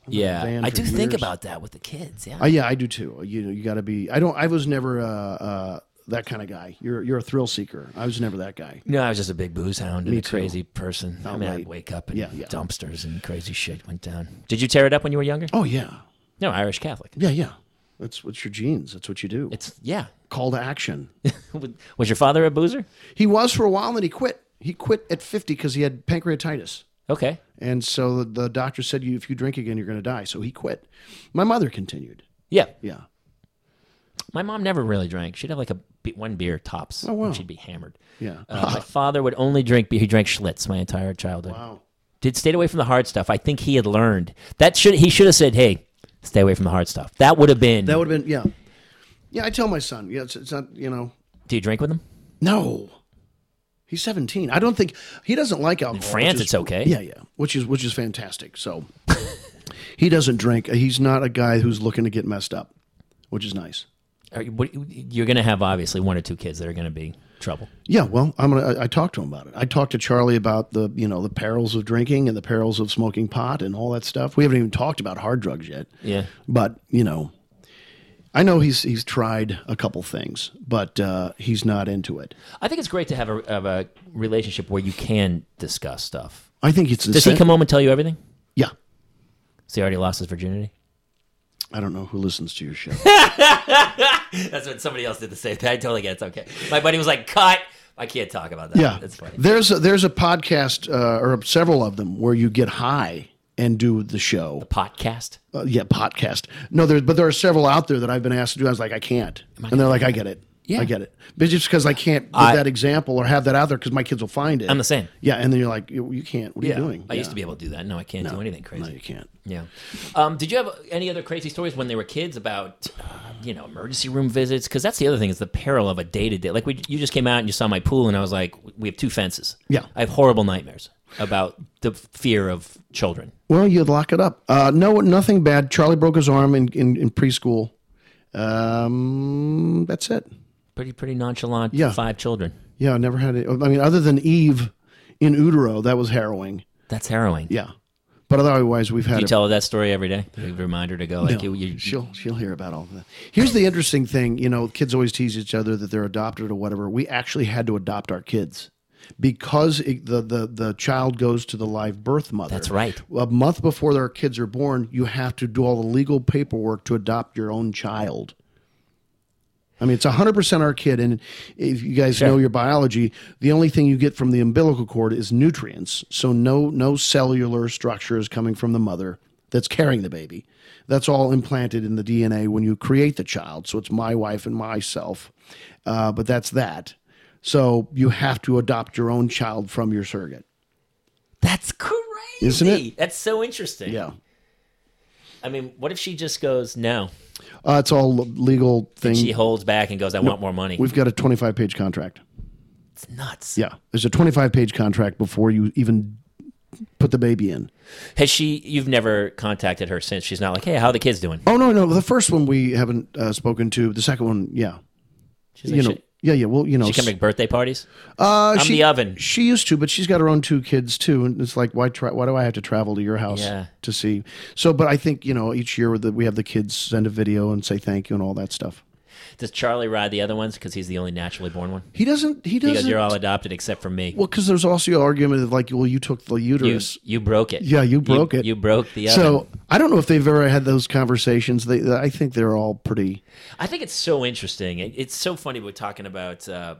Speaker 1: Yeah,
Speaker 2: van
Speaker 1: I
Speaker 2: for
Speaker 1: do think
Speaker 2: years.
Speaker 1: about that with the kids. Yeah,
Speaker 2: Uh, yeah, I do too. You know, you gotta be. I don't. I was never uh, uh, that kind of guy. You're you're a thrill seeker. I was never that guy.
Speaker 1: no, I was just a big booze hound and a
Speaker 2: too.
Speaker 1: crazy person. I mean, I'd wake up and
Speaker 2: Yeah, yeah.
Speaker 1: dumpsters and crazy shit went down. Did you tear it up when you were younger?
Speaker 2: Oh yeah,
Speaker 1: No, Irish Catholic.
Speaker 2: yeah, yeah. That's what's your genes. That's what you do.
Speaker 1: It's yeah.
Speaker 2: Call to action.
Speaker 1: was your father a boozer?
Speaker 2: he was for a while, and then he quit. He quit at fifty because he had pancreatitis.
Speaker 1: Okay.
Speaker 2: And so the, the doctor said, "You, if you drink again, you're going to die." So he quit. My mother continued.
Speaker 1: Yeah.
Speaker 2: Yeah,
Speaker 1: My mom never really drank. She'd have like a be- one beer tops.
Speaker 2: Oh, wow.
Speaker 1: And she'd be hammered.
Speaker 2: yeah.
Speaker 1: Uh, my father would only drink beer. He drank Schlitz my entire childhood.
Speaker 2: wow.
Speaker 1: Did stayed away from the hard stuff. I think he had learned that should he should have said, "Hey, stay away from the hard stuff." That would have been.
Speaker 2: That would have been yeah, yeah. I tell my son, yeah, it's, it's not you know,
Speaker 1: Do you drink with him?
Speaker 2: no. He's seventeen. I don't think he doesn't like alcohol.
Speaker 1: France,
Speaker 2: which is-
Speaker 1: it's okay.
Speaker 2: Yeah, yeah, which is which is fantastic. So He doesn't drink. He's not a guy who's looking to get messed up, which is nice.
Speaker 1: Are you, what, you're going to have obviously one or two kids that are going to be trouble.
Speaker 2: Yeah, well, I'm gonna. I, I talked to him about it. I talked to Charlie about the you know the perils of drinking and the perils of smoking pot and all that stuff. We haven't even talked about hard drugs yet.
Speaker 1: Yeah.
Speaker 2: but you know, I know he's he's tried a couple things, but uh, he's not into it.
Speaker 1: I think it's great to have a, have a relationship where you can discuss stuff.
Speaker 2: I think it's
Speaker 1: Does he come home and tell you everything?
Speaker 2: Yeah,
Speaker 1: So he already lost his virginity?
Speaker 2: I don't know who listens to your show.
Speaker 1: That's what somebody else did the same thing. I totally get it. It's okay. My buddy was like, cut. I can't talk about that.
Speaker 2: yeah,
Speaker 1: That's funny.
Speaker 2: there's a, there's a podcast uh, or several of them where you get high and do the show.
Speaker 1: Podcast?
Speaker 2: Uh, yeah, podcast. No, there's but there are several out there that I've been asked to do. I was like, I can't, and they're like, I get it.
Speaker 1: Yeah.
Speaker 2: I get it. But just because I can't give
Speaker 1: I-
Speaker 2: that example or have that out there because my kids will find it.
Speaker 1: I'm the same.
Speaker 2: Yeah, and then you're like, you, you can't. What are you doing?
Speaker 1: I used
Speaker 2: Yeah.
Speaker 1: to be able to do that. No, I can't do anything crazy.
Speaker 2: No, you can't.
Speaker 1: Yeah. Um, did you have any other crazy stories when they were kids about, uh, you know, emergency room visits? Because that's the other thing is the peril of a day to day. Like we, you just came out and you saw my pool, and I was like, we have two fences.
Speaker 2: Yeah.
Speaker 1: I have horrible nightmares about the fear of children.
Speaker 2: Well, you'd lock it up. Uh, no, nothing bad. Charlie broke his arm in, in, in preschool. Um, that's it.
Speaker 1: Pretty pretty nonchalant.
Speaker 2: Yeah.
Speaker 1: Five children.
Speaker 2: Yeah, I never had it. I mean, other than Eve in utero, that was harrowing.
Speaker 1: That's harrowing.
Speaker 2: Yeah, but otherwise, we've had
Speaker 1: You
Speaker 2: it.
Speaker 1: tell her that story every day. You remind her to go. Like you, you,
Speaker 2: she'll she'll hear about all of that. Here's the interesting thing, you know, kids always tease each other that they're adopted or whatever. We actually had to adopt our kids because it, the, the the child goes to the live birth mother.
Speaker 1: That's right.
Speaker 2: A month before their kids are born, you have to do all the legal paperwork to adopt your own child. I mean, it's 100% our kid. And if you guys know your biology, the only thing you get from the umbilical cord is nutrients. So no, no cellular structure is coming from the mother that's carrying the baby. That's all implanted in the DNA when you create the child. So it's my wife and myself. Uh, but that's that. So you have to adopt your own child from your surrogate.
Speaker 1: that's crazy.
Speaker 2: Isn't it?
Speaker 1: That's so interesting.
Speaker 2: Yeah.
Speaker 1: I mean, what if she just goes no?
Speaker 2: Uh, it's all legal thing.
Speaker 1: She holds back and goes, "I want more money."
Speaker 2: We've got a 25 page contract.
Speaker 1: It's nuts.
Speaker 2: Yeah. There's a 25 page contract before you even put the baby in.
Speaker 1: Has she? You've never contacted her since. She's not like, "Hey, how are the kids doing?"
Speaker 2: Oh no, no. The first one we haven't uh, spoken to. The second one, yeah,
Speaker 1: She's
Speaker 2: you
Speaker 1: like,
Speaker 2: know,
Speaker 1: "She-
Speaker 2: yeah, yeah. Well, you know,
Speaker 1: she come to birthday parties.
Speaker 2: uh,
Speaker 1: I'm
Speaker 2: she,
Speaker 1: the oven.
Speaker 2: She used to, but she's got her own two kids too, and it's like, why try? Why do I have to travel to your house
Speaker 1: Yeah.
Speaker 2: to see? So, but I think you know, each year that we have the kids send a video and say thank you and all that stuff.
Speaker 1: Does Charlie ride the other ones because he's the only naturally born one?
Speaker 2: He doesn't. He
Speaker 1: Because
Speaker 2: doesn't.
Speaker 1: you're all adopted except for me.
Speaker 2: well, because there's also the argument of like, well, you took the
Speaker 1: you,
Speaker 2: uterus.
Speaker 1: you broke it.
Speaker 2: yeah, you broke it.
Speaker 1: You broke the oven.
Speaker 2: so I don't know if they've ever had those conversations. They, I think they're all pretty.
Speaker 1: I think it's so interesting. It, it's so funny we're talking about uh,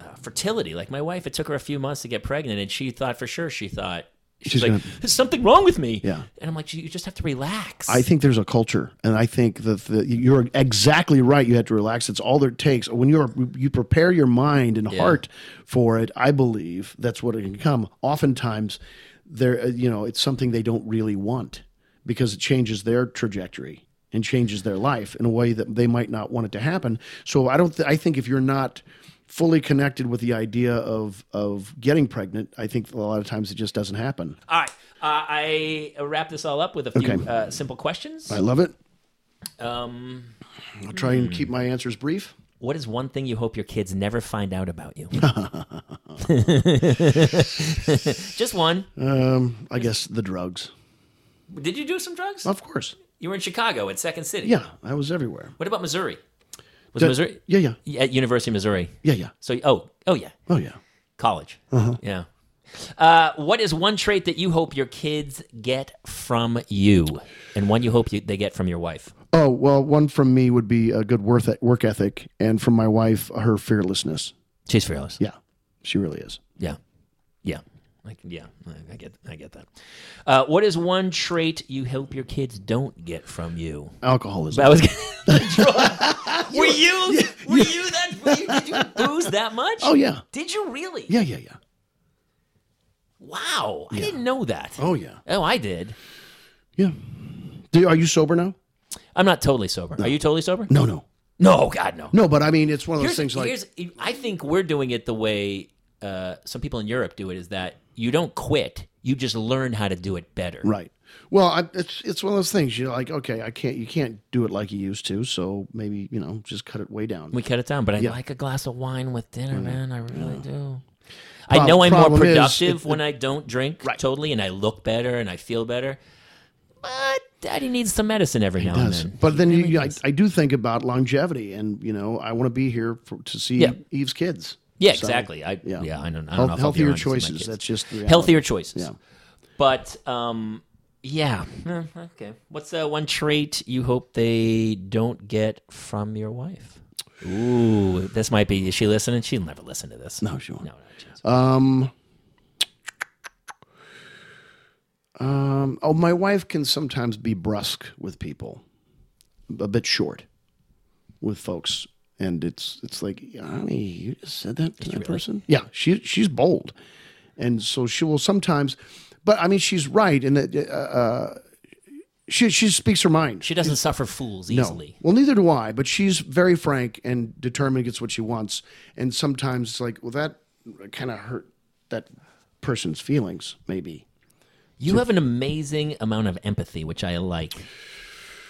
Speaker 1: uh, fertility. Like my wife, it took her a few months to get pregnant, and she thought for sure she thought she's,
Speaker 2: She's
Speaker 1: like,
Speaker 2: gonna-
Speaker 1: "There's something wrong with me."
Speaker 2: Yeah.
Speaker 1: and I'm like, "You just have to relax."
Speaker 2: I think there's a culture, and I think that the, you're exactly right. You have to relax. It's all that it takes. When you're you prepare your mind and heart for it, I believe that's what it can come. Oftentimes, there uh, you know it's something they don't really want because it changes their trajectory and changes their life in a way that they might not want it to happen. So I don't. Th- I think if you're not fully connected with the idea of of getting pregnant, I think a lot of times it just doesn't happen.
Speaker 1: all right, uh, I wrap this all up with a few
Speaker 2: Okay.
Speaker 1: uh, simple questions.
Speaker 2: I love it.
Speaker 1: Um,
Speaker 2: I'll try and keep my answers brief.
Speaker 1: what is one thing you hope your kids never find out about you? just one.
Speaker 2: Um, I guess the drugs.
Speaker 1: Did you do some drugs?
Speaker 2: Of course.
Speaker 1: You were in Chicago at Second City.
Speaker 2: Yeah, I was everywhere.
Speaker 1: What about Missouri? Was
Speaker 2: The-
Speaker 1: Missouri
Speaker 2: Yeah, yeah,
Speaker 1: at University of Missouri?
Speaker 2: yeah, yeah.
Speaker 1: So oh oh yeah,
Speaker 2: Oh yeah.
Speaker 1: college.
Speaker 2: Uh-huh.
Speaker 1: Yeah. Uh, what is one trait that you hope your kids get from you, and one you hope you, they get from your wife?
Speaker 2: Oh well, one from me would be a good worth work ethic, and from my wife, her fearlessness.
Speaker 1: She's fearless.
Speaker 2: Yeah, she really is.
Speaker 1: Yeah, yeah, I, yeah. I- I get, I get that. Uh, what is one trait you hope your kids don't get from you?
Speaker 2: Alcoholism.
Speaker 1: I was. were you? Were you that? Were you, did you booze that much?
Speaker 2: Oh yeah,
Speaker 1: Did you really?
Speaker 2: yeah, yeah, yeah.
Speaker 1: Wow, I didn't know that.
Speaker 2: Oh yeah,
Speaker 1: Oh, I did.
Speaker 2: yeah. Do, are you sober now?
Speaker 1: I'm not totally sober. Are you totally sober?
Speaker 2: No, no,
Speaker 1: No, God, no.
Speaker 2: no. But I mean, it's one of those
Speaker 1: Here's,
Speaker 2: things like
Speaker 1: here's, I think we're doing it the way uh, some people in Europe do it is that you don't quit, you just learn how to do it better.
Speaker 2: right. Well, I, it's it's one of those things. You're like, okay, I can't. You can't do it like you used to. So maybe you know, just cut it way down.
Speaker 1: We cut it down, but I like a glass of wine with dinner, man. I really do. I
Speaker 2: Mm-hmm. Prob-
Speaker 1: know I'm more
Speaker 2: problem is,
Speaker 1: productive
Speaker 2: it-
Speaker 1: when I don't drink totally, and I look better and I feel better. But Daddy needs some medicine every now
Speaker 2: Yes.
Speaker 1: and then.
Speaker 2: But then you, I, I do think about longevity, and you know, I want to be here for, to see
Speaker 1: Yeah.
Speaker 2: Eve's kids.
Speaker 1: Yeah,
Speaker 2: So,
Speaker 1: exactly. I yeah,
Speaker 2: yeah.
Speaker 1: I don't, I don't
Speaker 2: Health-
Speaker 1: know. If I'll be
Speaker 2: healthier
Speaker 1: around to see my
Speaker 2: choices.
Speaker 1: kids.
Speaker 2: That's just the reality.
Speaker 1: healthier choices.
Speaker 2: Yeah.
Speaker 1: But um, yeah. Hmm, Okay. What's that one trait you hope they don't get from your wife? Ooh, this might be. Is she listening? She'll never listen to this.
Speaker 2: No, she won't.
Speaker 1: No, no, chance.
Speaker 2: Um, um, oh, my wife can sometimes be brusque with people, a bit short with folks, and it's it's like, honey, you just said that to that person. Yeah, she she's bold, and so she will sometimes, but I mean, she's right in that. Uh, uh, she, she speaks her mind.
Speaker 1: she doesn't suffer fools easily.
Speaker 2: Well, neither do I, but she's very frank and determined gets what she wants. And sometimes it's like, well, that kind of hurt that person's feelings, maybe.
Speaker 1: You have an amazing amount of empathy, which I like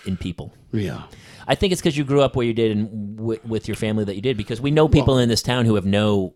Speaker 1: in people.
Speaker 2: Yeah.
Speaker 1: I think it's because you grew up where you did and w- with your family that you did. Because we know people in this town who have no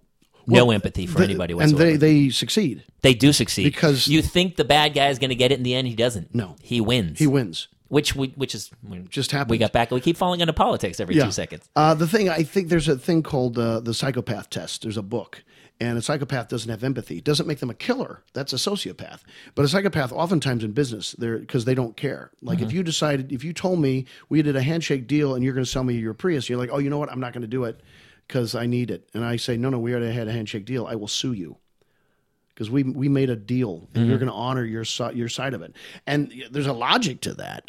Speaker 1: no empathy for anybody
Speaker 2: and
Speaker 1: whatsoever.
Speaker 2: they, they succeed.
Speaker 1: They do succeed
Speaker 2: Because-
Speaker 1: you think the bad guy is going to get it in the end. He doesn't.
Speaker 2: No.
Speaker 1: he wins.
Speaker 2: He wins.
Speaker 1: which we, which is
Speaker 2: Just happened.
Speaker 1: We got back. We keep falling into politics every two seconds.
Speaker 2: Uh, the thing, I think there's a thing called uh, the psychopath test. There's a book, and a psychopath doesn't have empathy. It doesn't make them a killer. That's a sociopath. But a psychopath, oftentimes in business, they're because they don't care. Like
Speaker 1: Mm-hmm.
Speaker 2: if you decided, if you told me we did a handshake deal and you're going to sell me your Prius, you're like, oh, you know what? I'm not going to do it because I need it. And I say, no, no, we already had a handshake deal. I will sue you because we we made a deal and
Speaker 1: Mm-hmm.
Speaker 2: you're going to honor your si- your side of it. And y- there's a logic to that,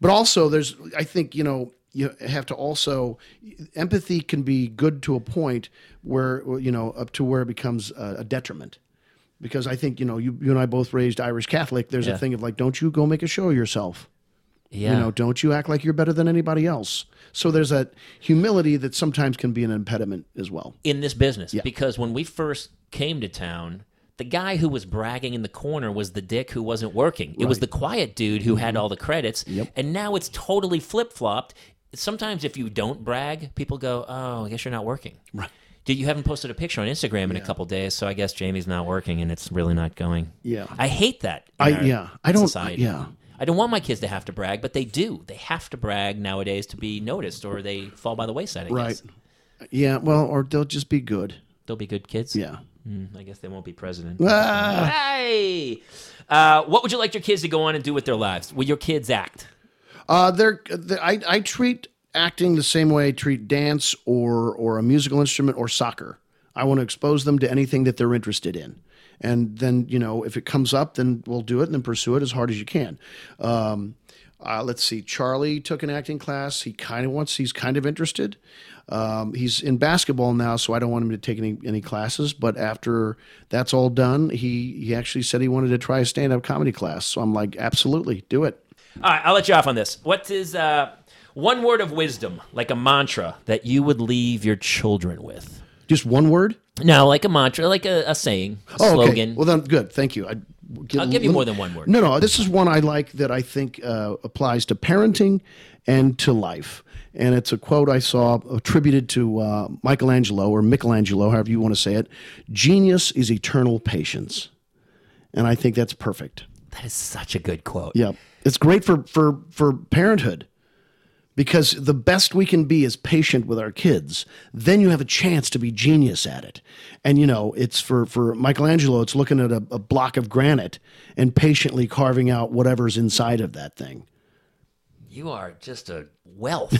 Speaker 2: but also there's I think you know you have to also empathy can be good to a point where you know up to where it becomes a, a detriment. Because I think you know you you and I both raised Irish Catholic. There's
Speaker 1: Yeah.
Speaker 2: a thing of like, don't you go make a show of yourself.
Speaker 1: Yeah,
Speaker 2: You know, don't you act like you're better than anybody else. So there's that humility that sometimes can be an impediment as well.
Speaker 1: in this business because when we first came to town. The guy who was bragging in the corner was the dick who wasn't working. It was the quiet dude who
Speaker 2: Mm-hmm.
Speaker 1: had all the credits. And now it's totally flip flopped. Sometimes if you don't brag, people go, "Oh, I guess you're not working." Right. Dude, you haven't posted a picture on Instagram in a couple days, so I guess Jamie's not working and it's really not going.
Speaker 2: Yeah.
Speaker 1: I hate that. in
Speaker 2: I
Speaker 1: our
Speaker 2: yeah. I don't
Speaker 1: society.
Speaker 2: yeah.
Speaker 1: I don't want my kids to have to brag, but they do. They have to brag nowadays to be noticed, or they fall by the wayside. I
Speaker 2: Right.
Speaker 1: guess
Speaker 2: Yeah, well, or they'll just be good.
Speaker 1: they'll be good kids.
Speaker 2: Yeah.
Speaker 1: Mm, I guess they won't be president.
Speaker 2: Ah.
Speaker 1: Hey, uh, what would you like your kids to go on and do with their lives? Will your kids act?
Speaker 2: Uh, they're, they- I, I treat acting the same way I treat dance or or a musical instrument or soccer. I want to expose them to anything that they're interested in. And then, you know, if it comes up, then we'll do it and then pursue it as hard as you can. Um, uh, let's see. Charlie took an acting class. He kind of wants, he's kind of interested. Um, he's in basketball now, so I don't want him to take any, any classes. But after that's all done, he, he actually said he wanted to try a stand up comedy class. So I'm like, absolutely, do it.
Speaker 1: All right, I'll let you off on this. What is uh, one word of wisdom, like a mantra, that you would leave your children with?
Speaker 2: Just one word?
Speaker 1: No, like a mantra, like a, a saying, a
Speaker 2: Oh,
Speaker 1: slogan.
Speaker 2: Okay. Well, then, good. Thank you. I,
Speaker 1: I'll give you more than one word.
Speaker 2: No, no. This is one I like that I think uh, applies to parenting and to life. And it's a quote I saw attributed to uh, Michelangelo or Michelangelo, however you want to say it. Genius is eternal patience, and I think that's perfect.
Speaker 1: that is such a good quote.
Speaker 2: Yeah, it's great for for for parenthood because the best we can be is patient with our kids. Then you have a chance to be genius at it. And you know, it's for for Michelangelo, it's looking at a, a block of granite and patiently carving out whatever's inside of that thing.
Speaker 1: You are just a wealth.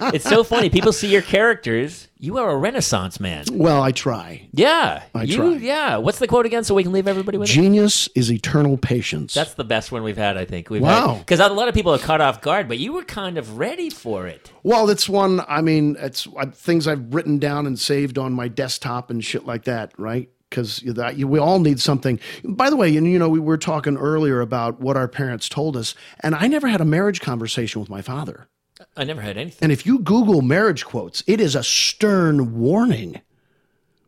Speaker 1: it's so funny. People see your characters. You are a renaissance man.
Speaker 2: Well, I try.
Speaker 1: Yeah. you,
Speaker 2: try.
Speaker 1: Yeah. What's the quote again so we can leave everybody with it?
Speaker 2: Genius is eternal patience.
Speaker 1: That's the best one we've had, I think. We've
Speaker 2: Wow.
Speaker 1: Because a lot of people are caught off guard, but you were kind of ready for it.
Speaker 2: Well, that's one. I mean, it's uh, things I've written down and saved on my desktop and shit like that, right? Because that you, we all need something. By the way, and you know, we were talking earlier about what our parents told us, and I never had a marriage conversation with my father.
Speaker 1: I never had anything.
Speaker 2: And if you Google marriage quotes, it is a stern warning.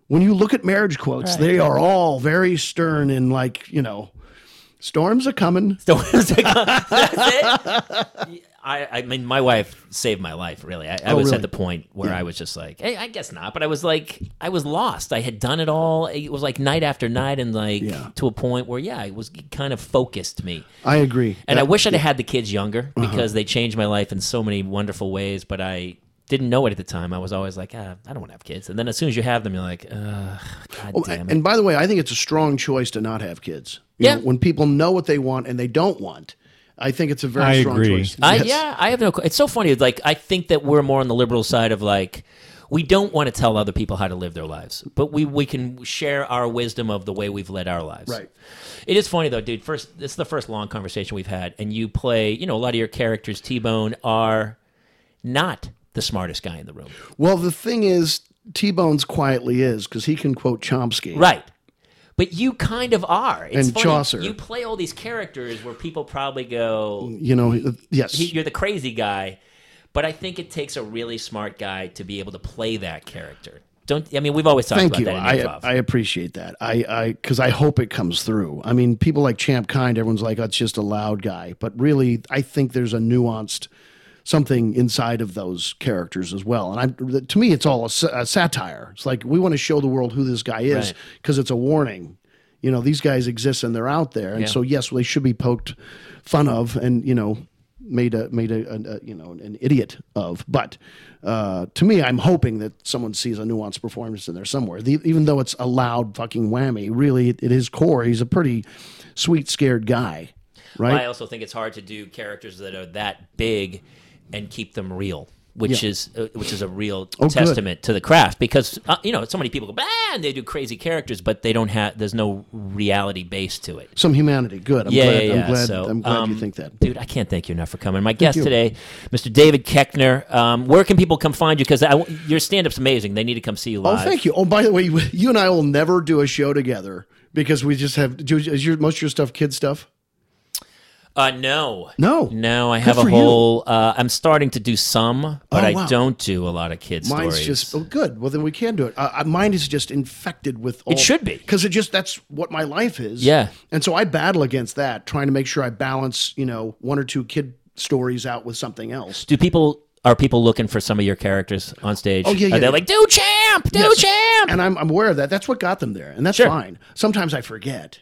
Speaker 2: When you look at marriage quotes, they are all very stern and like you know, Storms are coming.
Speaker 1: So it's like, that's it. I, I mean, my wife saved my life. Really, I, I was
Speaker 2: Oh, really?
Speaker 1: at the point where I was just like, hey, I guess not. But I was like, I was lost. I had done it all. It was like night after night, and like
Speaker 2: Yeah.
Speaker 1: to a point where, yeah, it was it kind of focused me.
Speaker 2: I agree.
Speaker 1: And I
Speaker 2: That- Uh-huh.
Speaker 1: wish I'd have had the kids younger because they changed my life in so many wonderful ways. But I didn't know it at the time. I was always like, ah, I don't want to have kids. And then as soon as you have them, you're like, Ugh, god
Speaker 2: Oh,
Speaker 1: damn it.
Speaker 2: And by the way, I think it's a strong choice to not have kids. You
Speaker 1: Yeah.
Speaker 2: know, when people know what they want and they don't want, I think it's a very
Speaker 3: I
Speaker 2: strong
Speaker 3: agree.
Speaker 2: choice.
Speaker 1: I,
Speaker 2: Yes.
Speaker 1: Yeah, I have no. It's so funny. Like I think that we're more on the liberal side of like we don't want to tell other people how to live their lives, but we we can share our wisdom of the way we've led our lives.
Speaker 2: Right.
Speaker 1: It is funny though, dude. First, this is the first long conversation we've had, and you play. You know, a lot of your characters, T Bone, are not the smartest guy in the room,
Speaker 2: Well, the thing is, T Bones quietly is because he can quote Chomsky.
Speaker 1: right? But you kind of are. It's
Speaker 2: And
Speaker 1: funny,
Speaker 2: Chaucer.
Speaker 1: You play all these characters where people probably go,
Speaker 2: You know, he- yes.
Speaker 1: he, you're the crazy guy, but I think it takes a really smart guy to be able to play that character. Don't I mean we've always talked
Speaker 2: Thank
Speaker 1: about
Speaker 2: you.
Speaker 1: that in
Speaker 2: I,
Speaker 1: improv.
Speaker 2: I appreciate that. I I because I hope it comes through. I mean, people like Champ Kind, everyone's like, oh, it's just a loud guy, but really, I think there's a nuanced something inside of those characters as well. And I, to me, it's all a, sa- a satire. It's like we want to show the world who this guy is
Speaker 1: Right.
Speaker 2: because it's a warning. You know, these guys exist and they're out there, and
Speaker 1: Yeah.
Speaker 2: so yes, they should be poked fun of, and you know. Made a made a, a, a you know an idiot of, but uh, to me, I'm hoping that someone sees a nuanced performance in there somewhere. The, even though it's a loud fucking whammy, really, at his core, he's a pretty sweet, scared guy, right?
Speaker 1: I also think it's hard to do characters that are that big and keep them real, which is uh, which is a real
Speaker 2: Oh, good.
Speaker 1: testament to the craft because uh, you know so many people go bah and they do crazy characters, but they don't have there's no reality base to it.
Speaker 2: Some humanity, good. I'm
Speaker 1: yeah,
Speaker 2: glad,
Speaker 1: yeah, yeah.
Speaker 2: I'm glad,
Speaker 1: so,
Speaker 2: I'm glad you
Speaker 1: um,
Speaker 2: think that.
Speaker 1: dude. I can't thank you enough for coming. My guest today, Mr. David Keckner. Um, where can people come find you? Because your stand-up's amazing. They need to come see you
Speaker 2: Oh,
Speaker 1: live.
Speaker 2: thank you. Oh, by the way, you- you and I will never do a show together because we just have. do- Is your most of your stuff kid stuff?
Speaker 1: Uh, no,
Speaker 2: No.
Speaker 1: no. I have a
Speaker 2: for you.
Speaker 1: whole. Uh, I'm starting to do some, but
Speaker 2: Oh,
Speaker 1: I
Speaker 2: wow.
Speaker 1: don't do a lot of kids.
Speaker 2: Mine's
Speaker 1: stories.
Speaker 2: just oh, good. Well, then we can do it. Uh, uh, mine is just infected with. All,
Speaker 1: should be.
Speaker 2: because it just that's what my life is.
Speaker 1: Yeah.
Speaker 2: and so I battle against that, trying to make sure I balance, you know, one or two kid stories out with something else.
Speaker 1: Do people are people looking for some of your characters on stage?
Speaker 2: Oh, yeah, yeah,
Speaker 1: Are they
Speaker 2: yeah.
Speaker 1: like, do champ, do champ?
Speaker 2: And I'm, I'm aware of that. That's what got them there, and that's fine. Sometimes I forget,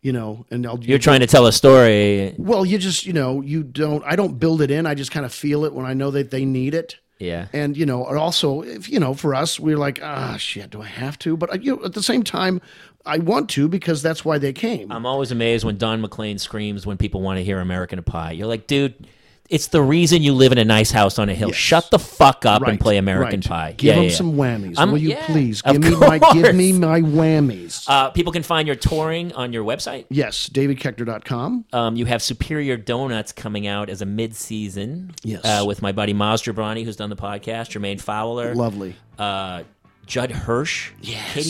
Speaker 2: you know, and I'll
Speaker 1: You're trying to tell a story.
Speaker 2: Well, you just, you know, you don't, I don't build it in. I just kind of feel it when I know that they need it.
Speaker 1: Yeah.
Speaker 2: And, you know, and also, if, you know, for us, we're like, ah, shit, do I have to? But, uh, you know, at the same time, I want to because that's why they came.
Speaker 1: I'm always amazed when Don McLean screams when people want to hear American Pie. You're like, dude, it's the reason you live in a nice house on a hill. Shut the fuck up and
Speaker 2: Right,
Speaker 1: play American
Speaker 2: right.
Speaker 1: Pie.
Speaker 2: Give
Speaker 1: yeah,
Speaker 2: them
Speaker 1: yeah, yeah.
Speaker 2: some whammies.
Speaker 1: I'm-
Speaker 2: Will you
Speaker 1: yeah,
Speaker 2: please
Speaker 1: of
Speaker 2: give me, my, give me
Speaker 1: course.
Speaker 2: my whammies?
Speaker 1: Uh, people can find your touring on your website.
Speaker 2: yes, davidkechter.com.
Speaker 1: Um, you have Superior Donuts coming out as a mid-season.
Speaker 2: Yes.
Speaker 1: Uh, with my buddy Maz Jabrani, who's done the podcast, Jermaine Fowler,
Speaker 2: Lovely.
Speaker 1: uh, Judd Hirsch,
Speaker 2: Yes.
Speaker 1: Katie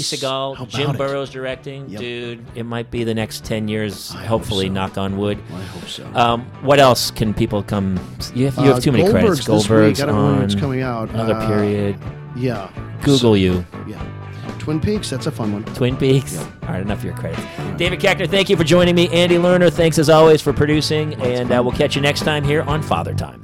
Speaker 1: Segal,
Speaker 2: How about
Speaker 1: Jim
Speaker 2: it?
Speaker 1: Burrows directing. Dude, it might be the next 10 years,
Speaker 2: hope
Speaker 1: hopefully,
Speaker 2: so.
Speaker 1: knock on wood.
Speaker 2: I hope so.
Speaker 1: Um, what else can people come? You have, you have
Speaker 2: Uh,
Speaker 1: too many
Speaker 2: Goldberg's
Speaker 1: credits.
Speaker 2: this
Speaker 1: Goldberg's
Speaker 2: week. I don't know
Speaker 1: on
Speaker 2: when it's coming out.
Speaker 1: another
Speaker 2: Uh,
Speaker 1: period.
Speaker 2: Yeah.
Speaker 1: Google you,
Speaker 2: Yeah. Twin Peaks, that's a fun one.
Speaker 1: Twin Peaks. All right, enough of your credits. David Keckner, thank you for joining me. Andy Lerner, thanks as always for producing, and uh, we'll catch you next time here on Father Time.